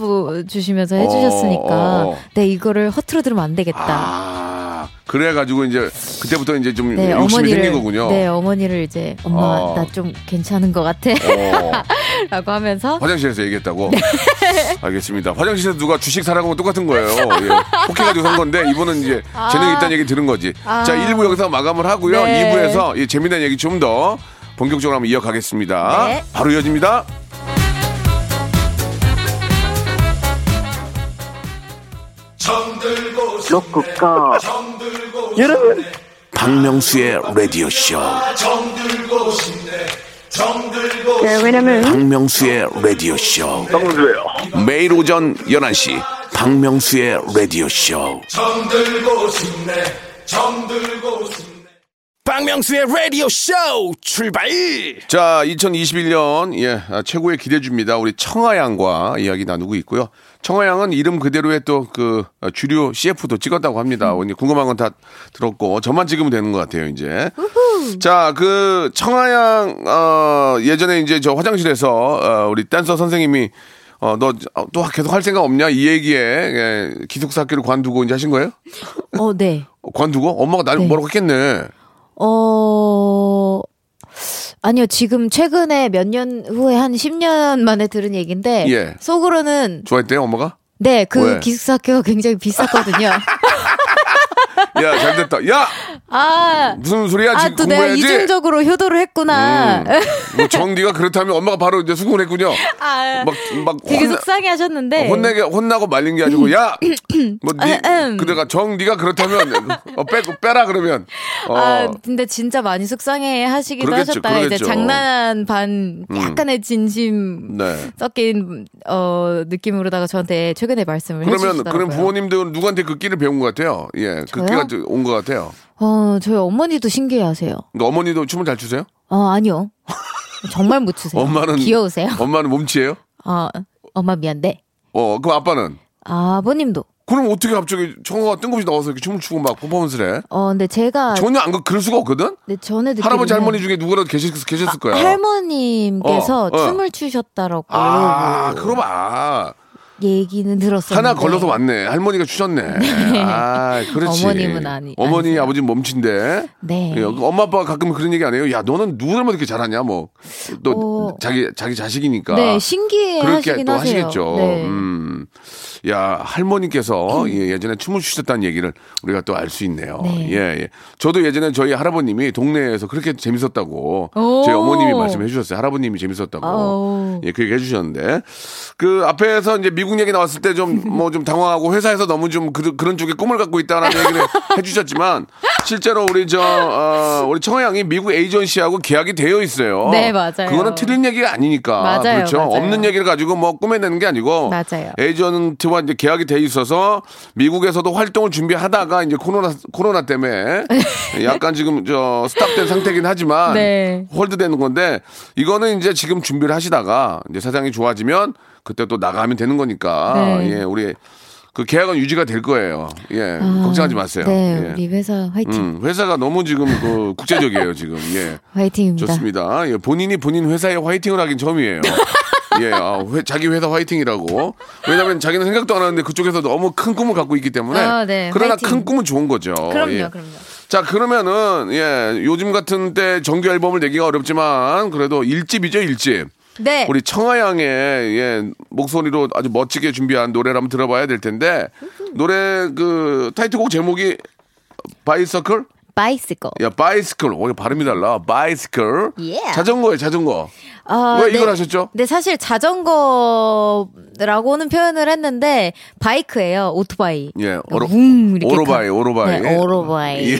Speaker 9: 주시면서
Speaker 3: 어,
Speaker 9: 해주셨으니까
Speaker 3: 어, 어.
Speaker 9: 네 이거를 허투루 들으면 안 되겠다.
Speaker 3: 아, 그래가지고 이제 그때부터 이제 좀
Speaker 9: 네
Speaker 3: 욕심이 생긴
Speaker 9: 어머니를
Speaker 3: 거군요.
Speaker 9: 네 어머니를 이제 엄마
Speaker 3: 어.
Speaker 9: 나 좀 괜찮은 것 같아라고
Speaker 3: 어.
Speaker 9: 하면서
Speaker 3: 화장실에서 얘기했다고.
Speaker 9: 네.
Speaker 3: <laughs> 알겠습니다. 화장실에서 누가 주식 사라고 건 똑같은 거예요. 예. 혹해가지고 산 건데 이번은 이제 재능이 있다는 얘기 들은 거지.
Speaker 9: 아.
Speaker 3: 자, 1부 여기서 마감을 하고요.
Speaker 9: 네.
Speaker 3: 2부에서 재미난 얘기 좀 더 본격적으로 한번 이어가겠습니다.
Speaker 9: 네.
Speaker 3: 바로 이어집니다.
Speaker 5: 로쿠꺼
Speaker 1: 박명수의 라디오 쇼.
Speaker 6: 네, 왜냐면
Speaker 1: 박명수의 라디오 쇼.
Speaker 4: 성주예요.
Speaker 3: 매일 오전 11시
Speaker 1: 박명수의 라디오 쇼.
Speaker 8: 박명수의 라디오 쇼 출발
Speaker 3: 자, 2021년 예 아, 최고의 기대주입니다. 우리 청하양과 이야기 나누고 있고요. 청하양은 이름 그대로의 또 그 주류 CF도 찍었다고
Speaker 9: 음.
Speaker 3: 합니다. 오늘 궁금한 건 다 들었고 저만 찍으면 되는 것 같아요 이제. 자, 그 청하양 어, 예전에 이제 저 화장실에서 어, 우리 댄서 선생님이 어, 너 또 계속 할 생각 없냐 이 얘기에 예, 기숙사 학교를 관두고 이제 하신 거예요?
Speaker 9: 어, 네.
Speaker 3: 어, 관두고 엄마가 나를
Speaker 9: 네.
Speaker 3: 뭐라고 했겠네.
Speaker 9: 어, 아니요. 지금 최근에 몇 년 후에 한 10년 만에 들은 얘기인데
Speaker 3: 예.
Speaker 9: 속으로는
Speaker 3: 좋아했대요 엄마가?
Speaker 9: 네, 그
Speaker 3: 왜?
Speaker 9: 기숙사 학교가 굉장히 비쌌거든요.
Speaker 3: 야 잘됐다. 야
Speaker 9: <laughs> 아,
Speaker 3: 무슨 소리야
Speaker 9: 아,
Speaker 3: 지금
Speaker 9: 또 내가
Speaker 3: 공부해야지.
Speaker 9: 이중적으로 효도를 했구나.
Speaker 3: 뭐 정디가 그렇다면 엄마가 바로 이제 수긍을 했군요.
Speaker 9: <laughs> 아,
Speaker 3: 막, 막
Speaker 9: 되게
Speaker 3: 혼나-
Speaker 9: 속상해 하셨는데.
Speaker 3: 혼내게 혼나고 말린 게 아니고 야, 뭐 니,
Speaker 9: 음.
Speaker 3: 그대가 정디가 그렇다면 어, 빼 빼라 그러면 어,
Speaker 9: 아, 근데 진짜 많이 속상해 하시기도
Speaker 3: 그러겠죠,
Speaker 9: 하셨다.
Speaker 3: 그러겠죠. 음.
Speaker 9: 이제 장난 반 약간의 진심
Speaker 3: 네.
Speaker 9: 섞인 어, 느낌으로다가 저한테 최근에 말씀을
Speaker 3: 그러면
Speaker 9: 해주시더라고요.
Speaker 3: 그럼 부모님들은 누구한테 그 끼를 배운 것 같아요. 예, 그
Speaker 9: 저요?
Speaker 3: 끼가 온 것 같아요.
Speaker 9: 어, 저희 어머니도 신기해하세요.
Speaker 3: 그러니까 어머니도 춤을 잘 추세요?
Speaker 9: 어, 아니요. 정말 못 추세요.
Speaker 3: 엄마는
Speaker 9: 귀여우세요.
Speaker 3: 엄마는 몸치예요?
Speaker 9: 어, 엄마 미안데.
Speaker 3: 어, 그럼 아빠는
Speaker 9: 아버님도.
Speaker 3: 그럼 어떻게 갑자기 청아가 뜬금없이 나와서 이렇게 춤을 추고 막 퍼포먼스를 해?
Speaker 9: 어, 근데 제가
Speaker 3: 전혀 안 그- 그럴 수가 없거든.
Speaker 9: 네, 전에 듣기로는
Speaker 3: 할아버지 할머니 중에 누구라도 계셨,
Speaker 9: 아,
Speaker 3: 계셨을 거야.
Speaker 9: 할머님께서
Speaker 3: 어, 어.
Speaker 9: 춤을 추셨다라고
Speaker 3: 아, 그럼 아.
Speaker 9: 얘기는 들었어요.
Speaker 3: 하나 걸러서 왔네. 할머니가
Speaker 9: <laughs>
Speaker 3: 추셨네. 아, 그렇지.
Speaker 9: 어머님은 아니-
Speaker 3: 어머니,
Speaker 9: 아니세요.
Speaker 3: 아버지 몸친데.
Speaker 9: 네.
Speaker 3: 예, 엄마 아빠가 가끔 그런 얘기 안 해요. 야, 너는 누구를 이렇게 잘하냐, 뭐. 또
Speaker 9: 어.
Speaker 3: 자기 자기 자식이니까.
Speaker 9: 네, 신기해
Speaker 3: 그렇게
Speaker 9: 하시긴
Speaker 3: 또
Speaker 9: 하세요.
Speaker 3: 하시겠죠.
Speaker 9: 네.
Speaker 3: 음. 야, 할머니께서 예, 예전에 춤을 추셨다는 얘기를 우리가 또 알 수 있네요.
Speaker 9: 네.
Speaker 3: 예, 예. 저도 예전에 저희 할아버님이 동네에서 그렇게 재밌었다고
Speaker 9: 오. 어.
Speaker 3: 저희 어머님이 말씀해 주셨어요. 할아버님이 재밌었다고.
Speaker 9: 아우.
Speaker 3: 예, 그 얘기 해주셨는데. 그 앞에서 이제 미국 얘기 나왔을 때 좀
Speaker 9: <laughs>
Speaker 3: 뭐 좀 당황하고 회사에서 너무 좀 그, 런 쪽에 꿈을 갖고 있다라는
Speaker 9: <laughs>
Speaker 3: 얘기를 해주셨지만 실제로 우리 저, 어, 우리 청양이 미국 에이전시하고 계약이 되어 있어요.
Speaker 9: 네, 맞아요.
Speaker 3: 그거는 틀린 얘기가 아니니까.
Speaker 9: 맞아요,
Speaker 3: 그렇죠.
Speaker 9: 맞아요.
Speaker 3: 없는 얘기를 가지고 뭐 꾸며내는 게 아니고.
Speaker 9: 맞아요.
Speaker 3: 에이전트와 이제 계약이 돼 있어서 미국에서도 활동을 준비하다가 이제 코로나, 코로나
Speaker 9: <laughs>
Speaker 3: 때문에 약간 지금 저 스탑된 상태긴 하지만.
Speaker 9: 네.
Speaker 3: 홀드되는 건데 이거는 이제 지금 준비를 하시다가 이제 세상이 좋아지면 그때 또 나가면 되는 거니까
Speaker 9: 네.
Speaker 3: 예 우리 그 계약은 유지가 될 거예요 예 걱정하지 마세요
Speaker 9: 네,
Speaker 3: 예.
Speaker 9: 우리 회사 화이팅.
Speaker 3: 음, 회사가 너무 지금 그 국제적이에요 지금 예
Speaker 9: 화이팅입니다.
Speaker 3: 좋습니다 예 본인이 본인 회사에 화이팅을 하긴 처음이에요
Speaker 9: <laughs>
Speaker 3: 예 아, 회- 자기 회사 화이팅이라고 왜냐하면 자기는 생각도 안 하는데 그쪽에서 너무 큰 꿈을 갖고 있기 때문에
Speaker 9: 아, 네,
Speaker 3: 그러나
Speaker 9: 화이팅.
Speaker 3: 큰 꿈은 좋은 거죠
Speaker 9: 그럼요,
Speaker 3: 예.
Speaker 9: 그럼요.
Speaker 3: 자 그러면은 예 요즘 같은 때 정규 앨범을 내기가 어렵지만 그래도 일집이죠 일집
Speaker 9: 네.
Speaker 3: 우리 청하양의 예 목소리로 아주 멋지게 준비한 노래를 한번 들어봐야 될 텐데 노래 그 타이틀곡 제목이 바이서클
Speaker 9: 바이스코.
Speaker 3: 야 바이스클 오 이거 발음이 달라 바이스클
Speaker 9: Yeah.
Speaker 3: 자전거예요 자전거
Speaker 9: 아,
Speaker 3: 왜 이걸 하셨죠?
Speaker 9: 네, 사실 자전거라고는 표현을 했는데 바이크예요. 오토바이.
Speaker 3: 예, 어로-
Speaker 9: 웅 이렇게
Speaker 3: 오로바이,
Speaker 9: 가-
Speaker 3: 오로바이.
Speaker 9: 네, 오로바이.
Speaker 3: 예.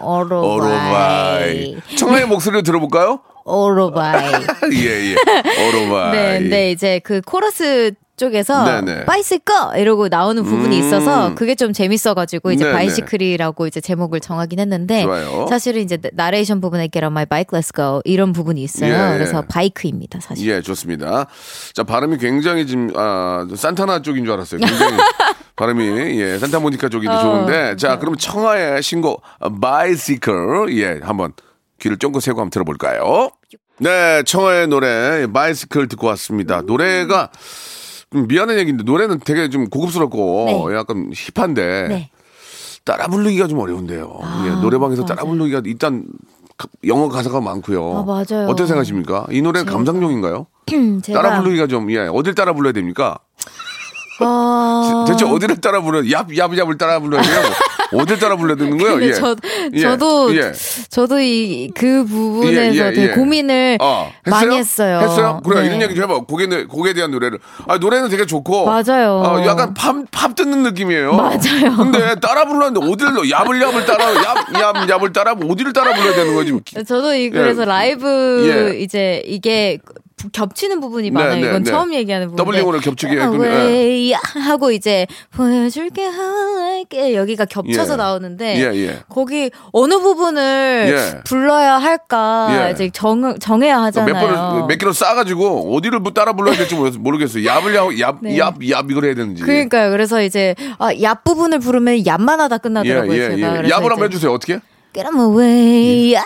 Speaker 9: 어, 오로바이.
Speaker 3: 오로바이 청하양 목소리로 들어볼까요 <laughs>
Speaker 9: 오로바이.
Speaker 3: 예예 아, 오로바이
Speaker 9: 네, 근데 이제 그 코러스 쪽에서
Speaker 3: 네네.
Speaker 9: 바이스커 이러고 나오는 부분이
Speaker 3: 음.
Speaker 9: 있어서 그게 좀 재밌어가지고 이제
Speaker 3: 네네.
Speaker 9: 바이시클이라고 이제 제목을 정하긴 했는데
Speaker 3: 좋아요.
Speaker 9: 사실은 이제 나레이션 부분에 Get on my bike, let's go 이런 부분이 있어요.
Speaker 3: 예, 예.
Speaker 9: 그래서 바이크입니다, 사실.
Speaker 3: 예, 좋습니다. 자, 발음이 굉장히 지금 아, 산타나 쪽인 줄 알았어요.
Speaker 9: <laughs>
Speaker 3: 굉장히 발음이 예, 산타모니카 쪽이도
Speaker 9: 어.
Speaker 3: 좋은데. 자, 그럼 청하의 신곡 바이시클 예, 한번 귀를 쫑긋 세고 한번 들어볼까요? 네, 청하의 노래 바이시클 듣고 왔습니다. 노래가 좀 미안한 얘기인데 노래는 되게 좀 고급스럽고 약간 힙한데
Speaker 9: 네. 아,
Speaker 3: 따라 부르기가 좀 어려운데요. 예, 노래방에서 따라
Speaker 9: 맞아요.
Speaker 3: 부르기가 일단 가- 영어 가사가 많고요.
Speaker 9: 아, 맞아요.
Speaker 3: 어떻게 생각하십니까? 이 노래는 감상용인가요?
Speaker 9: 음, 제가
Speaker 3: 예. 따라 부르기가 좀, 예, 어딜 따라 불러야 됩니까?
Speaker 9: 어... 아.
Speaker 3: 대체 어디를 따라 불러요? 얍, 얍, 얍을 따라 불러야 돼요?
Speaker 9: <laughs>
Speaker 3: 어딜 따라 불러드는 거예요?
Speaker 9: 근데
Speaker 3: 예.
Speaker 9: 저,
Speaker 3: 예.
Speaker 9: 저도
Speaker 3: 예.
Speaker 9: 저도 이 그 부분에서
Speaker 3: 예, 예,
Speaker 9: 되게
Speaker 3: 예.
Speaker 9: 고민을
Speaker 3: 어,
Speaker 9: <laughs> 많이 했어요.
Speaker 3: 했어요? 그래
Speaker 9: 네.
Speaker 3: 이런 얘기 좀 해봐. 곡에 곡에 대한 노래를. 아 노래는 되게 좋고.
Speaker 9: 맞아요.
Speaker 3: 어, 약간 팝, 팝 듣는 느낌이에요.
Speaker 9: 맞아요.
Speaker 3: 근데 따라 불렀는데 어디를 야불야불 따라 얍얍얍을 따라 어디를 따라 불러야 되는 거지?
Speaker 9: 네, 저도 이 그래서
Speaker 3: 예.
Speaker 9: 라이브
Speaker 3: 예.
Speaker 9: 이제 이게 겹치는 부분이
Speaker 3: 네,
Speaker 9: 많아요.
Speaker 3: 네,
Speaker 9: 이건
Speaker 3: 네.
Speaker 9: 처음 얘기하는 부분.
Speaker 3: 더블링으로 겹치게 했군요. 예.
Speaker 9: 왜 하고 이제 보여줄게 할게 여기가 겹쳐서
Speaker 3: 예.
Speaker 9: 나오는데
Speaker 3: 예, 예.
Speaker 9: 거기 어느 부분을
Speaker 3: 예.
Speaker 9: 불러야 할까
Speaker 3: 예.
Speaker 9: 이제 정 정해야
Speaker 3: 몇
Speaker 9: 하잖아요.
Speaker 3: 번을 몇 개로 싸가지고 어디를 부- 따라 불러야 될지 모르- 모르겠어요. 야불야불
Speaker 9: 네.
Speaker 3: 얍얍얍 이걸 해야 되는지.
Speaker 9: 그러니까요. 그래서 이제 아, 얍 부분을 부르면 얍만 하다 끝나더라고요.
Speaker 3: 예, 예,
Speaker 9: 제가.
Speaker 3: 예.
Speaker 9: 그래서
Speaker 3: 야불 한번
Speaker 9: 이제
Speaker 3: 해주세요. 예. 어떻게?
Speaker 9: Get 'em away. 야.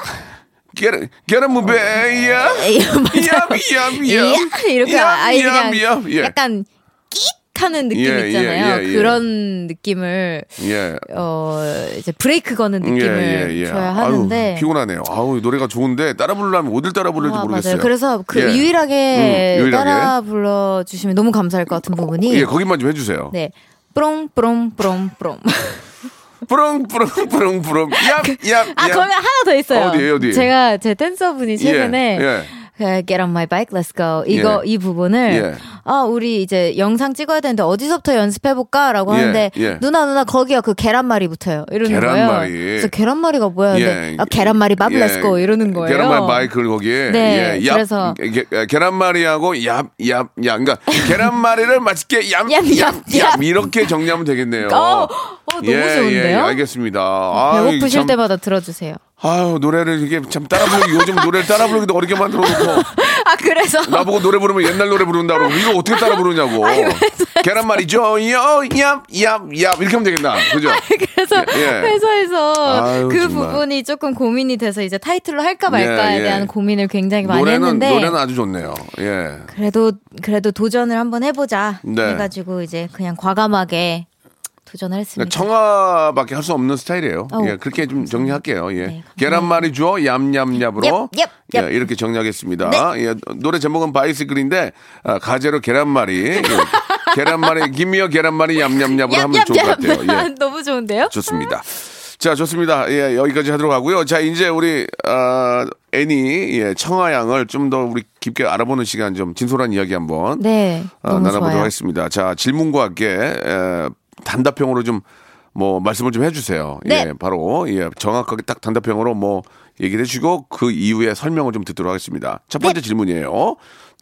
Speaker 3: Get get a move,
Speaker 9: 어.
Speaker 3: yeah.
Speaker 9: 예, 야.
Speaker 3: 얍얍얍.
Speaker 9: 이렇게
Speaker 3: 야,
Speaker 9: 아이
Speaker 3: 야,
Speaker 9: 그냥
Speaker 3: 야, 예.
Speaker 9: 약간 끽 하는 느낌
Speaker 3: 예, 예,
Speaker 9: 있잖아요.
Speaker 3: 예, 예.
Speaker 9: 그런 느낌을
Speaker 3: 예.
Speaker 9: 어 이제 브레이크 거는 느낌을 줘야 하는데
Speaker 3: 아유, 피곤하네요. 아우 노래가 좋은데 따라 부르려면 어딜 따라 부를지
Speaker 9: 아,
Speaker 3: 모르겠어요.
Speaker 9: 맞아요. 그래서 그
Speaker 3: 예.
Speaker 9: 유일하게,
Speaker 3: 음, 유일하게.
Speaker 9: 따라 불러 주시면 너무 감사할 것 같은 부분이
Speaker 3: 예, 거기만 좀 해주세요.
Speaker 9: 네. 뿌롱 뿌롱 뿌롱 뿌롱.
Speaker 3: 뿌렁 뿌렁 뿌렁 뿌렁. 얍 얍.
Speaker 9: 아
Speaker 3: 얍.
Speaker 9: 그러면 하나 더 있어요.
Speaker 3: 어디, 어디?
Speaker 9: 제가 제 댄서분이 최근에
Speaker 3: 예, 예.
Speaker 9: 그 Get on my bike, let's go 이거
Speaker 3: 예.
Speaker 9: 이 부분을
Speaker 3: 예.
Speaker 9: 아 우리 이제 영상 찍어야 되는데 어디서부터 연습해볼까라고
Speaker 3: 예,
Speaker 9: 하는데
Speaker 3: 예.
Speaker 9: 누나 누나 거기가 그 계란말이 붙어요 이러는
Speaker 3: 계란말이.
Speaker 9: 거예요. 그래서 계란말이가 뭐야? 근데 아, 계란말이 밥,
Speaker 3: 예.
Speaker 9: let's go 이러는 거예요.
Speaker 3: 계란말이 마이클 거기에.
Speaker 9: 네,
Speaker 3: 예. 얍.
Speaker 9: 그래서-
Speaker 3: 게- 게- 계란말이하고 얍, 얍, 얍. 그러니까 계란말이를 맛있게 얌,
Speaker 9: 얌, 얌, 얌.
Speaker 3: 이렇게 정리하면 되겠네요.
Speaker 9: 어, 어, 너무
Speaker 3: 예,
Speaker 9: 좋은데요? 어,
Speaker 3: 알겠습니다. 아유,
Speaker 9: 배고프실
Speaker 3: 참-
Speaker 9: 때마다 들어주세요. <laughs>
Speaker 3: 아유, 노래를 이게 참 따라 부르기, 요즘 노래를 따라 부르기도 어렵게 만들어 놓고.
Speaker 9: 아 그래서
Speaker 3: 나보고 뭐 노래 부르면 옛날 노래 부른다 그러고 이거 어떻게 따라 부르냐고. 계란말이죠. 얍, 얍, 얍. 이렇게 하면 되겠나. 그죠?
Speaker 9: <laughs> 그래서
Speaker 3: 예, 예.
Speaker 9: 회사에서
Speaker 3: 아유,
Speaker 9: 그
Speaker 3: 정말.
Speaker 9: 부분이 조금 고민이 돼서 이제 타이틀로 할까 말까에
Speaker 3: 예, 예.
Speaker 9: 대한 고민을 굉장히 많이
Speaker 3: 노래는,
Speaker 9: 했는데
Speaker 3: 노래는 아주 좋네요. 예.
Speaker 9: 그래도 그래도 도전을 한번 해보자
Speaker 3: 네.
Speaker 9: 해가지고 이제 그냥 과감하게 도전을
Speaker 3: 그러니까
Speaker 9: 했습니다.
Speaker 3: 청아밖에 할 수 없는 스타일이에요.
Speaker 9: 음. 어우, 그렇죠.
Speaker 3: 예, 그렇게 좀 정리할게요. 예.
Speaker 9: 네, 감사합니다.
Speaker 3: 계란말이 줘, 얌얌얌으로.
Speaker 9: 얍, 얍, 네. 얍.
Speaker 3: 예, 이렇게 정리하겠습니다. 예, 노래 제목은 바이스클인데, 아, 가제로 계란말이. 예, 계란말이, 김이어 계란말이 얌얌얌으로 하면 좋을 것 같아요. 예,
Speaker 9: <laughs> 너무 좋은데요?
Speaker 3: 좋습니다. 자, 좋습니다. 예, 여기까지 하도록 하고요. 자, 이제 우리, 아, 애니, 예, 청아양을 좀 더 우리 깊게 알아보는 시간 좀 진솔한 이야기 한번.
Speaker 9: 네,
Speaker 3: 아,
Speaker 9: 너무
Speaker 3: 나눠보도록
Speaker 9: 좋아요.
Speaker 3: 하겠습니다. 자, 질문과 함께 에, 단답형으로 좀 뭐 말씀을 좀 해주세요.
Speaker 9: 네.
Speaker 3: 예, 바로 예, 정확하게 딱 단답형으로 뭐 얘기를 해주고 그 이후에 설명을 좀 듣도록 하겠습니다. 첫 번째
Speaker 9: 네.
Speaker 3: 질문이에요.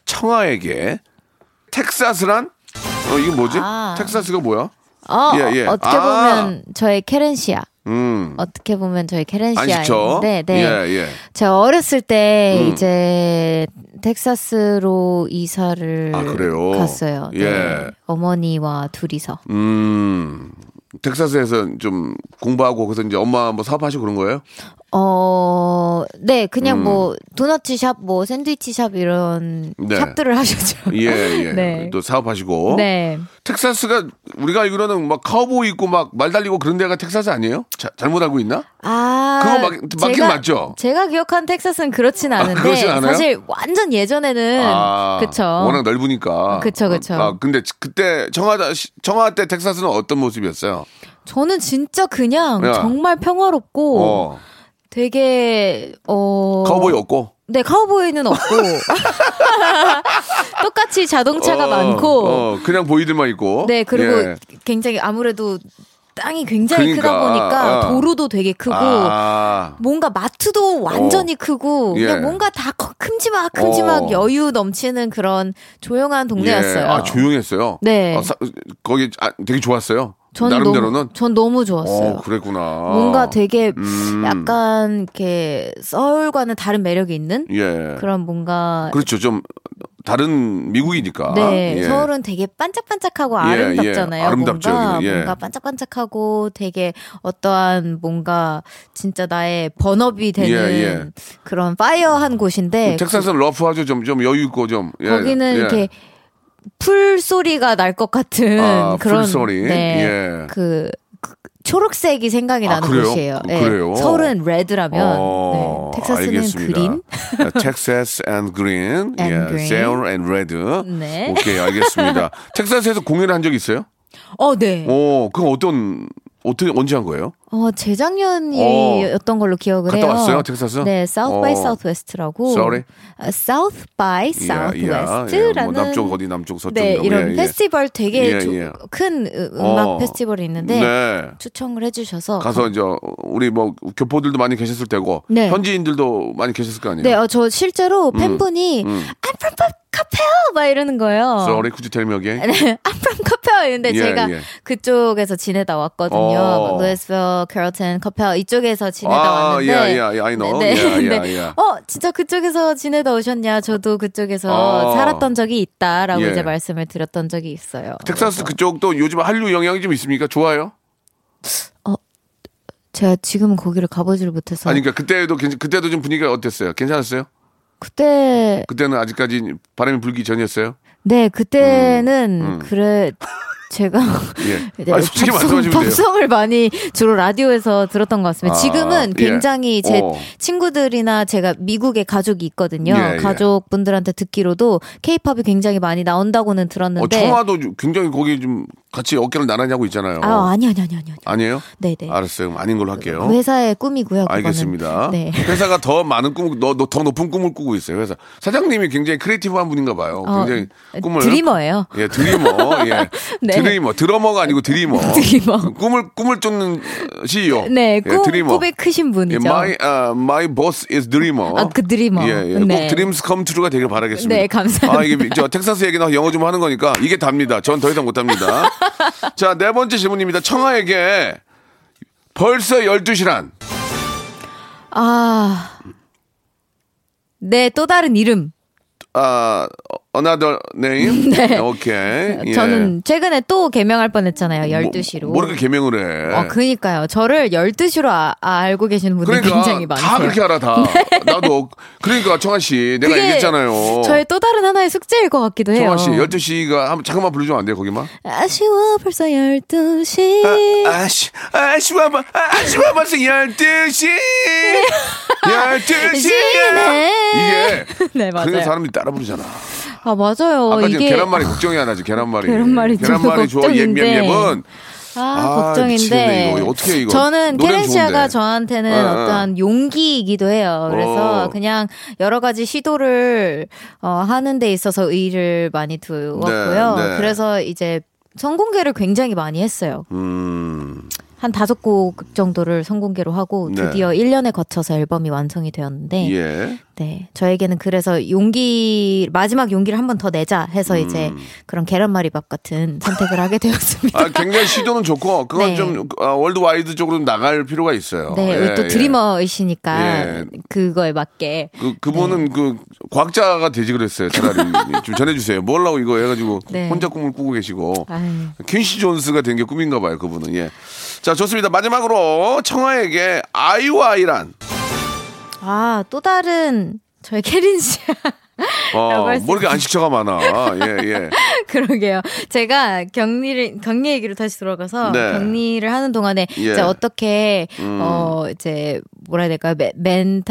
Speaker 3: 청아에게 텍사스란 어 이거 뭐지?
Speaker 9: 아.
Speaker 3: 텍사스가 뭐야?
Speaker 9: 어,
Speaker 3: 예, 예.
Speaker 9: 어떻게
Speaker 3: 아.
Speaker 9: 보면 저의 케렌시아.
Speaker 3: 음
Speaker 9: 어떻게 보면 저희
Speaker 3: 안식처.
Speaker 9: 케렌시아인데, 네.
Speaker 3: 예, 음. 예.
Speaker 9: 제가 어렸을 때 이제 텍사스로 이사를
Speaker 3: 아, 그래요?
Speaker 9: 갔어요. 네.
Speaker 3: 예.
Speaker 9: 어머니와 둘이서.
Speaker 3: 음 텍사스에서 좀 공부하고 그래서 이제 엄마 뭐 사업하시고 그런 거예요?
Speaker 9: 어, 네, 그냥 뭐 도너츠 샵, 뭐 샌드위치 샵 이런
Speaker 3: 음. 네.
Speaker 9: 샵들을 하셨죠.
Speaker 3: <laughs> 예, 예.
Speaker 9: 네.
Speaker 3: 또 사업하시고.
Speaker 9: <laughs> 네.
Speaker 3: 텍사스가 우리가 알기로는 막 카우보이 있고 막 말 달리고 그런 데가 텍사스 아니에요? 자- 잘못 알고 있나?
Speaker 9: 아,
Speaker 3: 그거 막- 맞긴
Speaker 9: 제가-
Speaker 3: 맞죠?
Speaker 9: 제가 기억한 텍사스는 그렇진 않은데
Speaker 3: 그렇진 않아요?
Speaker 9: 사실 완전 예전에는 네. 그쵸.
Speaker 3: 아, 워낙 넓으니까.
Speaker 9: 그쵸, 그쵸.
Speaker 3: 아, 근데 지- 그때 청하 청하 때 텍사스는 어떤 모습이었어요?
Speaker 9: 저는 진짜 그냥
Speaker 3: 야.
Speaker 9: 정말 평화롭고
Speaker 3: 어.
Speaker 9: 되게 어
Speaker 3: 카우보이 없고.
Speaker 9: 네 카우보이는
Speaker 3: <laughs>
Speaker 9: 없고 <laughs> 똑같이 자동차가
Speaker 3: 어,
Speaker 9: 많고
Speaker 3: 어, 그냥 보이들만 있고.
Speaker 9: 네 그리고
Speaker 3: 예.
Speaker 9: 굉장히 아무래도 땅이 굉장히 크다
Speaker 3: 그러니까,
Speaker 9: 보니까
Speaker 3: 아.
Speaker 9: 도로도 되게 크고
Speaker 3: 아.
Speaker 9: 뭔가 마트도 완전히 크고
Speaker 3: 예.
Speaker 9: 그냥 뭔가 다 커- 큼지막 큼지막
Speaker 3: 어.
Speaker 9: 여유 넘치는 그런 조용한 동네였어요.
Speaker 3: 예. 아, 조용했어요.
Speaker 9: 네.
Speaker 3: 아, 사- 거기 아, 되게 좋았어요.
Speaker 9: 전
Speaker 3: 나름대로는.
Speaker 9: 너무 전 너무 좋았어요.
Speaker 3: 어, 그랬구나.
Speaker 9: 뭔가 되게
Speaker 3: 음.
Speaker 9: 약간 이렇게 서울과는 다른 매력이 있는
Speaker 3: 예.
Speaker 9: 그런 뭔가
Speaker 3: 그렇죠. 좀 다른 미국이니까.
Speaker 9: 네,
Speaker 3: 예.
Speaker 9: 서울은 되게 반짝반짝하고
Speaker 3: 예, 예.
Speaker 9: 아름답잖아요.
Speaker 3: 아름답죠,
Speaker 9: 뭔가,
Speaker 3: 여기는. 예.
Speaker 9: 뭔가 반짝반짝하고 되게 어떠한 뭔가 진짜 나의 번업이 되는
Speaker 3: 예, 예.
Speaker 9: 그런 파이어한 곳인데
Speaker 3: 텍사스는 러프하죠. 좀, 좀 여유 있고 좀. 예,
Speaker 9: 그 거기는
Speaker 3: 예.
Speaker 9: 이렇게 풀 소리가 날 것 같은
Speaker 3: 아,
Speaker 9: 그런
Speaker 3: 풀소리?
Speaker 9: 네,
Speaker 3: 예.
Speaker 9: 그, 그 초록색이 생각이
Speaker 3: 아,
Speaker 9: 나는
Speaker 3: 그래요?
Speaker 9: 곳이에요. 예.
Speaker 3: 그래요? 어,
Speaker 9: 서울은 레드라면 네, 텍사스는
Speaker 3: 알겠습니다. 아,
Speaker 9: 그린.
Speaker 3: 텍사스 앤 그린,
Speaker 9: <laughs> And
Speaker 3: 예,
Speaker 9: green.
Speaker 3: 세울 앤 레드.
Speaker 9: 네. <laughs>
Speaker 3: 오케이, 알겠습니다. 텍사스에서 공연을 한 적 있어요?
Speaker 9: 어, 네.
Speaker 3: 오, 그럼 어떤 어떻게 언제 한 거예요?
Speaker 9: 어, 재작년이었던 걸로 기억을
Speaker 3: 어. 갔다
Speaker 9: 해요.
Speaker 3: 왔어요? 텍사스?
Speaker 9: 네, South by
Speaker 3: 어.
Speaker 9: Southwest라고.
Speaker 3: Sorry?
Speaker 9: 아, South
Speaker 3: 이야,
Speaker 9: by
Speaker 3: 이야.
Speaker 9: Southwest라는
Speaker 3: 예, 뭐 남쪽 어디 남쪽 서쪽
Speaker 9: 네,
Speaker 3: 이런 거.
Speaker 9: 이런
Speaker 3: 예, 예.
Speaker 9: 페스티벌 되게
Speaker 3: 예,
Speaker 9: 조-
Speaker 3: 예.
Speaker 9: 큰 으- 음악
Speaker 3: 어.
Speaker 9: 페스티벌이 있는데
Speaker 3: 네.
Speaker 9: 추첨을 해주셔서
Speaker 3: 가서 이제 우리 뭐 교포들도 많이 계셨을 테고
Speaker 9: 어. 네.
Speaker 3: 현지인들도 많이 계셨을 거 아니에요.
Speaker 9: 네, 어, 저 실제로
Speaker 3: 음,
Speaker 9: 팬분이 I'm from Capel 막 이러는 거예요.
Speaker 3: Sorry, could you tell me again?
Speaker 9: 네, <laughs> I'm from Capel 근데
Speaker 3: 예,
Speaker 9: 제가
Speaker 3: 예.
Speaker 9: 그쪽에서 지내다 왔거든요. 뭐
Speaker 3: 어.
Speaker 9: Louisville, Carrollton, Capel 이쪽에서 지내다
Speaker 3: 아,
Speaker 9: 왔는데
Speaker 3: 예, 예, 예, I know.
Speaker 9: 네, 네,
Speaker 3: 예, 예,
Speaker 9: 네.
Speaker 3: 예.
Speaker 9: 어 진짜 그쪽에서 지내다 오셨냐? 저도 그쪽에서
Speaker 3: 어.
Speaker 9: 살았던 적이 있다라고
Speaker 3: 예.
Speaker 9: 이제 말씀을 드렸던 적이 있어요.
Speaker 3: 텍사스
Speaker 9: 그래서
Speaker 3: 그쪽도 요즘 한류 영향이 좀 있습니까? 좋아요?
Speaker 9: 제가 지금은 거기를 가보지를 못해서
Speaker 3: 아니 그러니까 그때도 괜찮- 그때도 좀 분위기가 어땠어요? 괜찮았어요?
Speaker 9: 그때
Speaker 3: 그때는 아직까지 바람이 불기 전이었어요?
Speaker 9: 네 그때는 그래 제가
Speaker 3: 음, <laughs> 예.
Speaker 9: 네,
Speaker 3: 아니, 솔직히 말씀하시면 돼요.
Speaker 9: 을 많이 주로 라디오에서 들었던 것 같습니다.
Speaker 3: 아,
Speaker 9: 지금은
Speaker 3: 예.
Speaker 9: 굉장히 제
Speaker 3: 어.
Speaker 9: 친구들이나 제가 미국에 가족이 있거든요.
Speaker 3: 예, 예.
Speaker 9: 가족분들한테 듣기로도 케이팝이 굉장히 많이 나온다고는 들었는데
Speaker 3: 어, 청와도 좀 굉장히 거기 좀 같이 어깨를 나란히 하고 있잖아요.
Speaker 9: 아 아니 아니 아니 아니 아니.
Speaker 3: 아니에요?
Speaker 9: 네네.
Speaker 3: 알았어요. 그럼 아닌 걸로 할게요.
Speaker 9: 회사의 꿈이고요. 그거는.
Speaker 3: 알겠습니다.
Speaker 9: 네. <laughs>
Speaker 3: 회사가 더 많은 꿈, 더, 더- 더 높은 꿈을 꾸고 있어요. 회사 사장님이 굉장히 크리에이티브한 분인가 봐요.
Speaker 9: 어,
Speaker 3: 굉장히 꿈을
Speaker 9: 드리머예요.
Speaker 3: 예, 드리머. 예.
Speaker 9: <laughs> 네.
Speaker 3: 드리머. 드러머가 아니고 드리머.
Speaker 9: <laughs> 드리머.
Speaker 3: 꿈을 꿈을 쫓는 CEO.
Speaker 9: 네, 꿈,
Speaker 3: 예, 드리머.
Speaker 9: 꿈이 크신
Speaker 3: 예,
Speaker 9: 분이죠.
Speaker 3: my 아, my boss is dreamer.
Speaker 9: 아, 그 드리머.
Speaker 3: 예, 예. 꼭
Speaker 9: 네.
Speaker 3: 드림스 컴 트루가 되길 바라겠습니다.
Speaker 9: 네, 감사합니다.
Speaker 3: 아, 이게 저 텍사스 얘기나 영어 좀 하는 거니까 이게 답니다. 전 더 이상 못
Speaker 9: <laughs>
Speaker 3: 합니다. 자, 네 번째 질문입니다. 청아에게 벌써 12시란
Speaker 9: 아, 네, 또 다른 이름.
Speaker 3: 아, another name?
Speaker 9: <laughs> 네.
Speaker 3: 오케이. 예.
Speaker 9: 저는 최근에 또 개명할 뻔했잖아요. 12시로.
Speaker 3: 뭐, 모르게 개명을 해.
Speaker 9: 어, 그니까요. 저를 12시로 아, 아, 알고 계시는 분들이
Speaker 3: 그러니까
Speaker 9: 굉장히 많으세요. 네.
Speaker 3: 다 그렇게 알아
Speaker 9: <laughs>
Speaker 3: 다. 나도 그러니까 청아 씨 내가
Speaker 9: 그게
Speaker 3: 얘기했잖아요.
Speaker 9: 저의 또 다른 하나의 숙제일 것 같기도 해요.
Speaker 3: 청아 씨 12시가 한번 잠깐만 불러주면 안 돼요, 거기만?
Speaker 9: 아쉬워 벌써 12시.
Speaker 3: 아쉬, 아쉬워, 봐- 아, 아쉬워, 벌써 12시! 12시!
Speaker 9: 네. 시네.
Speaker 3: 이게.
Speaker 9: <laughs> 네, <laughs> 맞아요.
Speaker 3: 그래서 사람들이 따라 부르잖아.
Speaker 9: 아, 맞아요.
Speaker 3: 아까 지금
Speaker 9: 이게
Speaker 3: 계란말이 걱정이 하나, 지 계란말이.
Speaker 9: <laughs>
Speaker 3: 예,
Speaker 9: 계란말이 저도
Speaker 3: 좋아, 옙, 옙,
Speaker 9: 걱정인데.
Speaker 3: 옙은.
Speaker 9: 아,
Speaker 3: 아,
Speaker 9: 걱정인데.
Speaker 3: 미치겠네, 이거. 어떻게 이거.
Speaker 9: 저는
Speaker 3: 노래는
Speaker 9: 케렌 씨아가
Speaker 3: 좋은데.
Speaker 9: 저한테는
Speaker 3: 어, 어.
Speaker 9: 어떠한 용기이기도 해요. 그래서
Speaker 3: 어.
Speaker 9: 그냥 여러 가지 시도를 어, 하는 데 있어서 의의를 많이 두었고요.
Speaker 3: 네, 네.
Speaker 9: 그래서 이제 선공개를 굉장히 많이 했어요.
Speaker 3: 음,
Speaker 9: 한 다섯 곡 정도를 선공개로 하고
Speaker 3: 네.
Speaker 9: 드디어 1년에 거쳐서 앨범이 완성이 되었는데
Speaker 3: 예.
Speaker 9: 네. 저에게는 그래서 용기 마지막 용기를 한 번 더 내자 해서
Speaker 3: 음.
Speaker 9: 이제 그런 계란말이밥 같은 선택을 하게 되었습니다.
Speaker 3: 아, 굉장히 시도는 좋고, 그건
Speaker 9: 네.
Speaker 3: 좀, 아, 월드와이드 쪽으로 나갈 필요가 있어요.
Speaker 9: 네,
Speaker 3: 예,
Speaker 9: 우리 또
Speaker 3: 예.
Speaker 9: 드리머이시니까
Speaker 3: 예.
Speaker 9: 그거에 맞게.
Speaker 3: 그,
Speaker 9: 네.
Speaker 3: 그분은 그, 과학자가 되지 그랬어요.
Speaker 9: <laughs>
Speaker 3: 차라리. 예, 좀 전해주세요. 뭐라고 이거 해가지고
Speaker 9: 네.
Speaker 3: 혼자 꿈을 꾸고 계시고.
Speaker 9: 아유.
Speaker 3: 퀸시 존스가 된 게 꿈인가 봐요, 그분은. 예. 자, 좋습니다. 마지막으로 청아에게 아이와이란.
Speaker 9: 아, 또 다른 저희 케린 씨. <laughs> 라고
Speaker 3: 어,
Speaker 9: 할수
Speaker 3: 뭐 이렇게 안식처가 많아. 예,
Speaker 9: <laughs>
Speaker 3: 예.
Speaker 9: 그러게요. 제가 격리를 격리 얘기로 다시 돌아가서
Speaker 3: 네.
Speaker 9: 격리를 하는 동안에
Speaker 3: 예. 음.
Speaker 9: 이제 어떻게 어 이제 뭐라 해야 될까요? 메-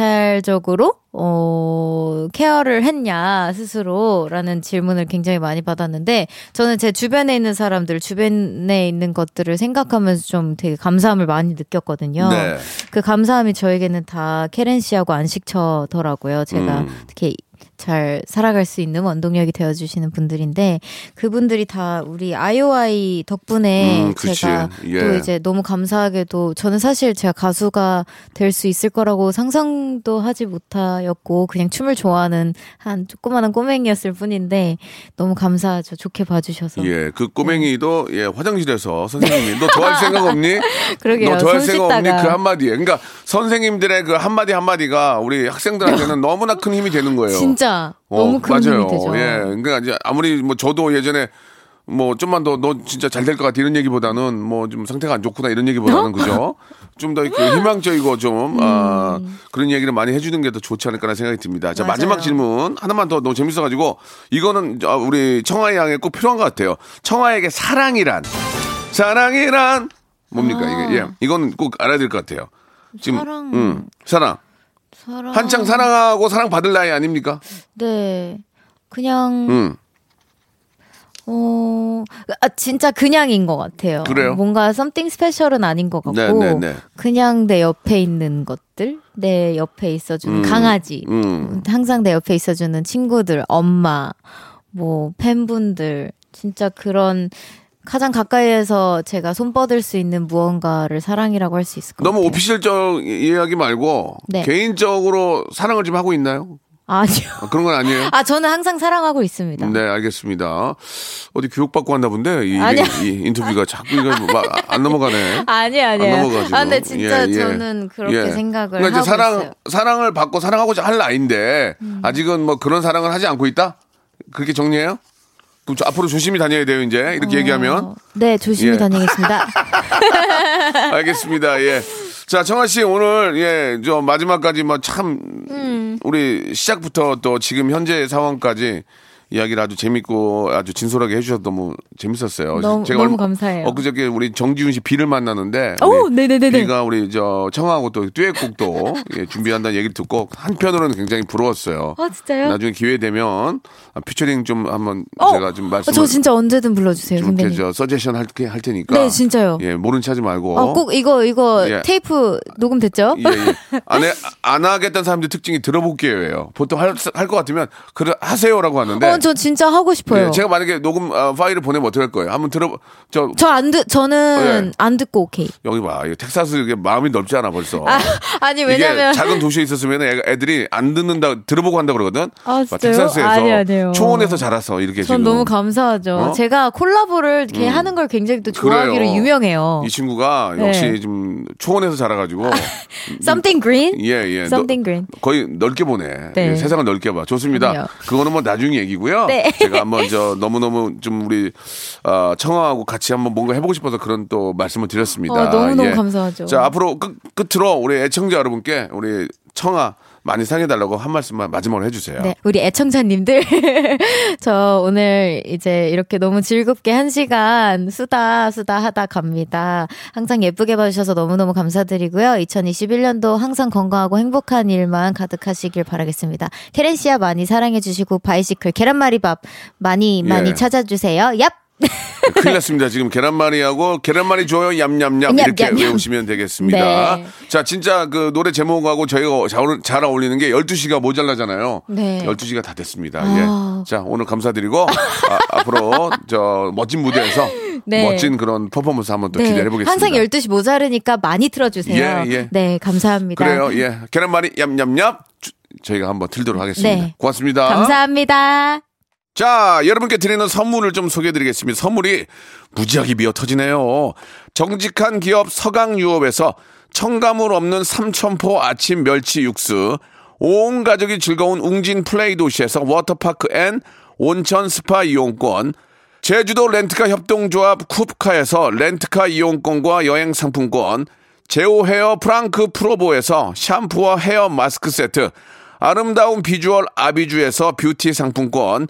Speaker 9: 멘탈적으로 어 케어를 했냐 스스로라는 질문을 굉장히 많이 받았는데 저는 제 주변에 있는 사람들 주변에 있는 것들을 생각하면서 좀 되게 감사함을 많이 느꼈거든요.
Speaker 3: 네.
Speaker 9: 그 감사함이 저에게는 다 케렌 씨하고 안식처더라고요. 제가
Speaker 3: 음.
Speaker 9: 어떻게 잘 살아갈 수 있는 원동력이 되어주시는 분들인데 그분들이 다 우리 아이오아이 덕분에
Speaker 3: 음, 그치.
Speaker 9: 제가
Speaker 3: 예.
Speaker 9: 또 이제 너무 감사하게도 저는 사실 제가 가수가 될 수 있을 거라고 상상도 하지 못하였고 그냥 춤을 좋아하는 한 조그마한 꼬맹이였을 뿐인데 너무 감사하죠. 좋게 봐주셔서. 네.
Speaker 3: 예, 그 꼬맹이도 예 화장실에서 선생님이 너 더할 생각 없니?
Speaker 9: <laughs> 그러게요.
Speaker 3: 너 더할
Speaker 9: 손
Speaker 3: 생각 없니?
Speaker 9: 씻다가.
Speaker 3: 그 한마디에. 그러니까 선생님들의 그 한마디 한마디가 우리 학생들한테는
Speaker 9: <laughs>
Speaker 3: 너무나 큰 힘이 되는 거예요.
Speaker 9: 진짜
Speaker 3: 어,
Speaker 9: 너무 큰
Speaker 3: 맞아요.
Speaker 9: 힘이 되죠.
Speaker 3: 예, 그러니까 이제 아무리 뭐 저도 예전에 뭐 좀만 더 너 진짜 잘 될 것 같아 이런 얘기보다는 뭐 좀 상태가 안 좋구나 이런
Speaker 9: 어?
Speaker 3: 얘기보다는
Speaker 9: <laughs>
Speaker 3: 그죠? 좀 더 희망적이고 좀 아, 그런 얘기를 많이 해주는 게 더 좋지 않을까라는 생각이 듭니다. 자
Speaker 9: 음. 맞아요.
Speaker 3: 마지막 질문 하나만 더 너무 재밌어가지고 이거는 아, 우리 청아 양에 꼭 필요한 것 같아요. 청아에게 사랑이란 사랑이란 뭡니까 이게 예 이건 꼭 알아야 될 것 같아요. 지금
Speaker 9: 사랑. 아.
Speaker 3: 음, 사랑
Speaker 9: 사랑.
Speaker 3: 한창 사랑하고 사랑 받을 나이 아닙니까?
Speaker 9: 네. 그냥
Speaker 3: 음
Speaker 9: 어, 아, 진짜 그냥인 것 같아요.
Speaker 3: 그래요?
Speaker 9: 뭔가 something special은 아닌 것 같고,
Speaker 3: 네, 네, 네.
Speaker 9: 그냥 내 옆에 있는 것들, 내 옆에 있어주는 강아지,
Speaker 3: 음.
Speaker 9: 항상 내 옆에 있어주는 친구들, 엄마, 뭐, 팬분들, 진짜 그런 가장 가까이에서 제가 손뻗을 수 있는 무언가를 사랑이라고 할 수 있을 것
Speaker 3: 너무
Speaker 9: 같아요.
Speaker 3: 오피셜적 이야기 말고
Speaker 9: 네. 개인적으로
Speaker 3: 개인적으로 사랑을 좀 하고 있나요?
Speaker 9: 아니요.
Speaker 3: 그런 건 아니에요.
Speaker 9: 아, 저는 항상 사랑하고 있습니다.
Speaker 3: 네, 알겠습니다. 어디 교육받고 한다 본데 이,
Speaker 9: 아니요.
Speaker 3: 이 인터뷰가 자꾸 이거 막 아, 안 넘어가네.
Speaker 9: <laughs> 아니 아니에요.
Speaker 3: 안 넘어가지고.
Speaker 9: 아, 근데 진짜
Speaker 3: 예, 예.
Speaker 9: 저는 그렇게
Speaker 3: 예.
Speaker 9: 생각을
Speaker 3: 그러니까 이제
Speaker 9: 하고
Speaker 3: 사랑,
Speaker 9: 있어요. 음.
Speaker 3: 사랑을 받고 사랑하고자 할 나이인데 아직은 뭐 그런 사랑을 하지 않고 있다? 그렇게 정리해요? 그럼 저 앞으로 조심히 다녀야 돼요, 이제. 이렇게 얘기하면.
Speaker 9: 어, 네, 조심히
Speaker 3: 예.
Speaker 9: 다니겠습니다.
Speaker 3: 알겠습니다. 예. 자, 청아 씨 오늘 예, 저 마지막까지 뭐 참
Speaker 9: 음.
Speaker 3: 우리 시작부터 또 지금 현재 상황까지 이야기를 아주 재밌고 아주 진솔하게 해주셔서 너무 재밌었어요.
Speaker 9: 너무- 너무 감사해요.
Speaker 3: 엊그저께 우리 정지훈 씨 비를 만나는데
Speaker 9: 오,
Speaker 3: 우리
Speaker 9: 네네네네.
Speaker 3: 비가 우리 저 청하고 또 듀엣곡도 예, 준비한다는 얘기를 듣고 한편으로는 굉장히 부러웠어요.
Speaker 9: <laughs> 아, 진짜요?
Speaker 3: 나중에 기회 되면 아, 퓨처링 좀 한번
Speaker 9: 어,
Speaker 3: 제가 좀 말씀.
Speaker 9: 저 진짜 언제든 불러주세요,
Speaker 3: 좀 이렇게
Speaker 9: 선배님.
Speaker 3: 저 서제션 할, 할 테니까.
Speaker 9: 네, 진짜요.
Speaker 3: 예, 모른 척 하지 말고.
Speaker 9: 어, 꼭 이거 이거
Speaker 3: 예.
Speaker 9: 테이프 녹음 됐죠?
Speaker 3: 예, 예. 안, 해, 안 하겠다는 사람들 특징이 들어볼게요예요. 보통 할 것 같으면 그래 하세요라고 하는데.
Speaker 9: <laughs> 어, 저 진짜 하고 싶어요.
Speaker 3: 네. 예, 제가 만약에 녹음 아, 파일을 보내면 어떡할 거예요? 한번 들어 저
Speaker 9: 저 안 듣, 저는
Speaker 3: 예.
Speaker 9: 안 듣고 오케이.
Speaker 3: 여기 봐. 이거 텍사스 이게 마음이 넓지 않아 벌써.
Speaker 9: 아, <laughs>
Speaker 3: 어.
Speaker 9: 아니
Speaker 3: 이게
Speaker 9: 왜냐면
Speaker 3: 작은 도시에 있었으면 애가- 애들이 안 듣는다 들어보고 한다 그러거든.
Speaker 9: 아,
Speaker 3: 막
Speaker 9: 진짜요?
Speaker 3: 텍사스에서
Speaker 9: 아니, 아니에요.
Speaker 3: 초원에서 자라서 이렇게
Speaker 9: 전
Speaker 3: 지금
Speaker 9: 너무 감사하죠.
Speaker 3: 어? 음.
Speaker 9: 제가 콜라보를 이렇게 하는 걸 굉장히 또 좋아하기로
Speaker 3: 그래요.
Speaker 9: 유명해요.
Speaker 3: 이 친구가 역시
Speaker 9: 네.
Speaker 3: 좀 초원에서 자라가지고
Speaker 9: <laughs> Something Green?
Speaker 3: 예, 예.
Speaker 9: Something Green.
Speaker 3: 거의 넓게 보네.
Speaker 9: 네.
Speaker 3: 예, 세상을 넓게 봐. 좋습니다.
Speaker 9: 아니요.
Speaker 3: 그거는 뭐 나중 얘기고요.
Speaker 9: 네.
Speaker 3: 제가 한번 저 너무너무 좀 우리 아, 청아하고 같이 한번 뭔가 해보고 싶어서 그런 또 말씀을 드렸습니다. 예.
Speaker 9: 어, 너무너무 감사하죠.
Speaker 3: 자, 앞으로 끝, 끝으로 우리 애청자 여러분께 우리 청아 많이 사랑해달라고 한 말씀만 마지막으로 해주세요.
Speaker 9: 네, 우리 애청자님들. <laughs> 저 오늘 이제 이렇게 너무 즐겁게 한 시간 수다, 수다 하다 갑니다. 항상 예쁘게 봐주셔서 너무너무 감사드리고요. 2021년도 항상 건강하고 행복한 일만 가득하시길 바라겠습니다. 케렌시아 많이 사랑해주시고, 바이시클, 계란말이밥 많이 많이
Speaker 3: 예.
Speaker 9: 찾아주세요. 얍!
Speaker 3: 큰일 났습니다. 지금 계란말이하고 계란말이 줘요 얌얌얌
Speaker 9: 얌,
Speaker 3: 이렇게
Speaker 9: 얌, 얌.
Speaker 3: 외우시면 되겠습니다.
Speaker 9: 네.
Speaker 3: 자, 진짜 그 노래 제목하고 저희가 잘, 어울- 잘 어울리는 게 12시가 모자라잖아요.
Speaker 9: 네.
Speaker 3: 12시가 다 됐습니다.
Speaker 9: 아.
Speaker 3: 예. 자, 오늘 감사드리고
Speaker 9: <laughs>
Speaker 3: 아, 앞으로 저 멋진 무대에서
Speaker 9: 네.
Speaker 3: 멋진 그런 퍼포먼스 한번 또
Speaker 9: 네,
Speaker 3: 기대해 보겠습니다.
Speaker 9: 항상 12시 모자르니까 많이 틀어주세요.
Speaker 3: 예, 예.
Speaker 9: 네, 감사합니다.
Speaker 3: 그래요. 예. 계란말이 얌얌얌 주- 저희가 한번 틀도록 하겠습니다.
Speaker 9: 네.
Speaker 3: 고맙습니다.
Speaker 9: 감사합니다.
Speaker 3: 자, 여러분께 드리는 선물을 좀 소개해 드리겠습니다. 선물이 무지하게 미어 터지네요. 정직한 기업 서강유업에서 청가물 없는 삼천포 아침 멸치 육수, 온 가족이 즐거운 웅진 플레이 도시에서 워터파크 앤 온천 스파 이용권, 제주도 렌트카 협동조합 쿱카에서 렌트카 이용권과 여행 상품권, 제오 헤어 프랑크 프로보에서 샴푸와 헤어 마스크 세트, 아름다운 비주얼 아비주에서 뷰티 상품권,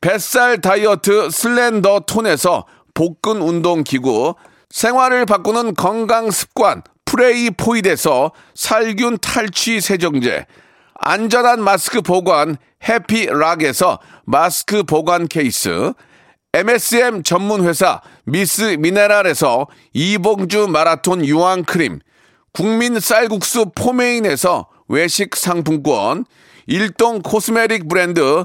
Speaker 3: 뱃살 다이어트 슬렌더 톤에서 복근 운동 기구, 생활을 바꾸는 건강 습관 프레이 포이드에서 살균 탈취 세정제, 안전한 마스크 보관 해피락에서 마스크 보관 케이스, MSM 전문 회사 미스 미네랄에서 이봉주 마라톤 유황 크림, 국민 쌀국수 포메인에서 외식 상품권, 일동 코스메릭 브랜드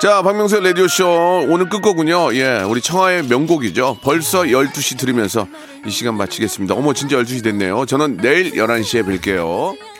Speaker 3: 자, 박명수의 라디오쇼 오늘 끝거군요. 예, 우리 청하의 명곡이죠. 벌써 12시 들으면서 이 시간 마치겠습니다. 어머, 진짜 12시 됐네요. 저는 내일 11시에 뵐게요.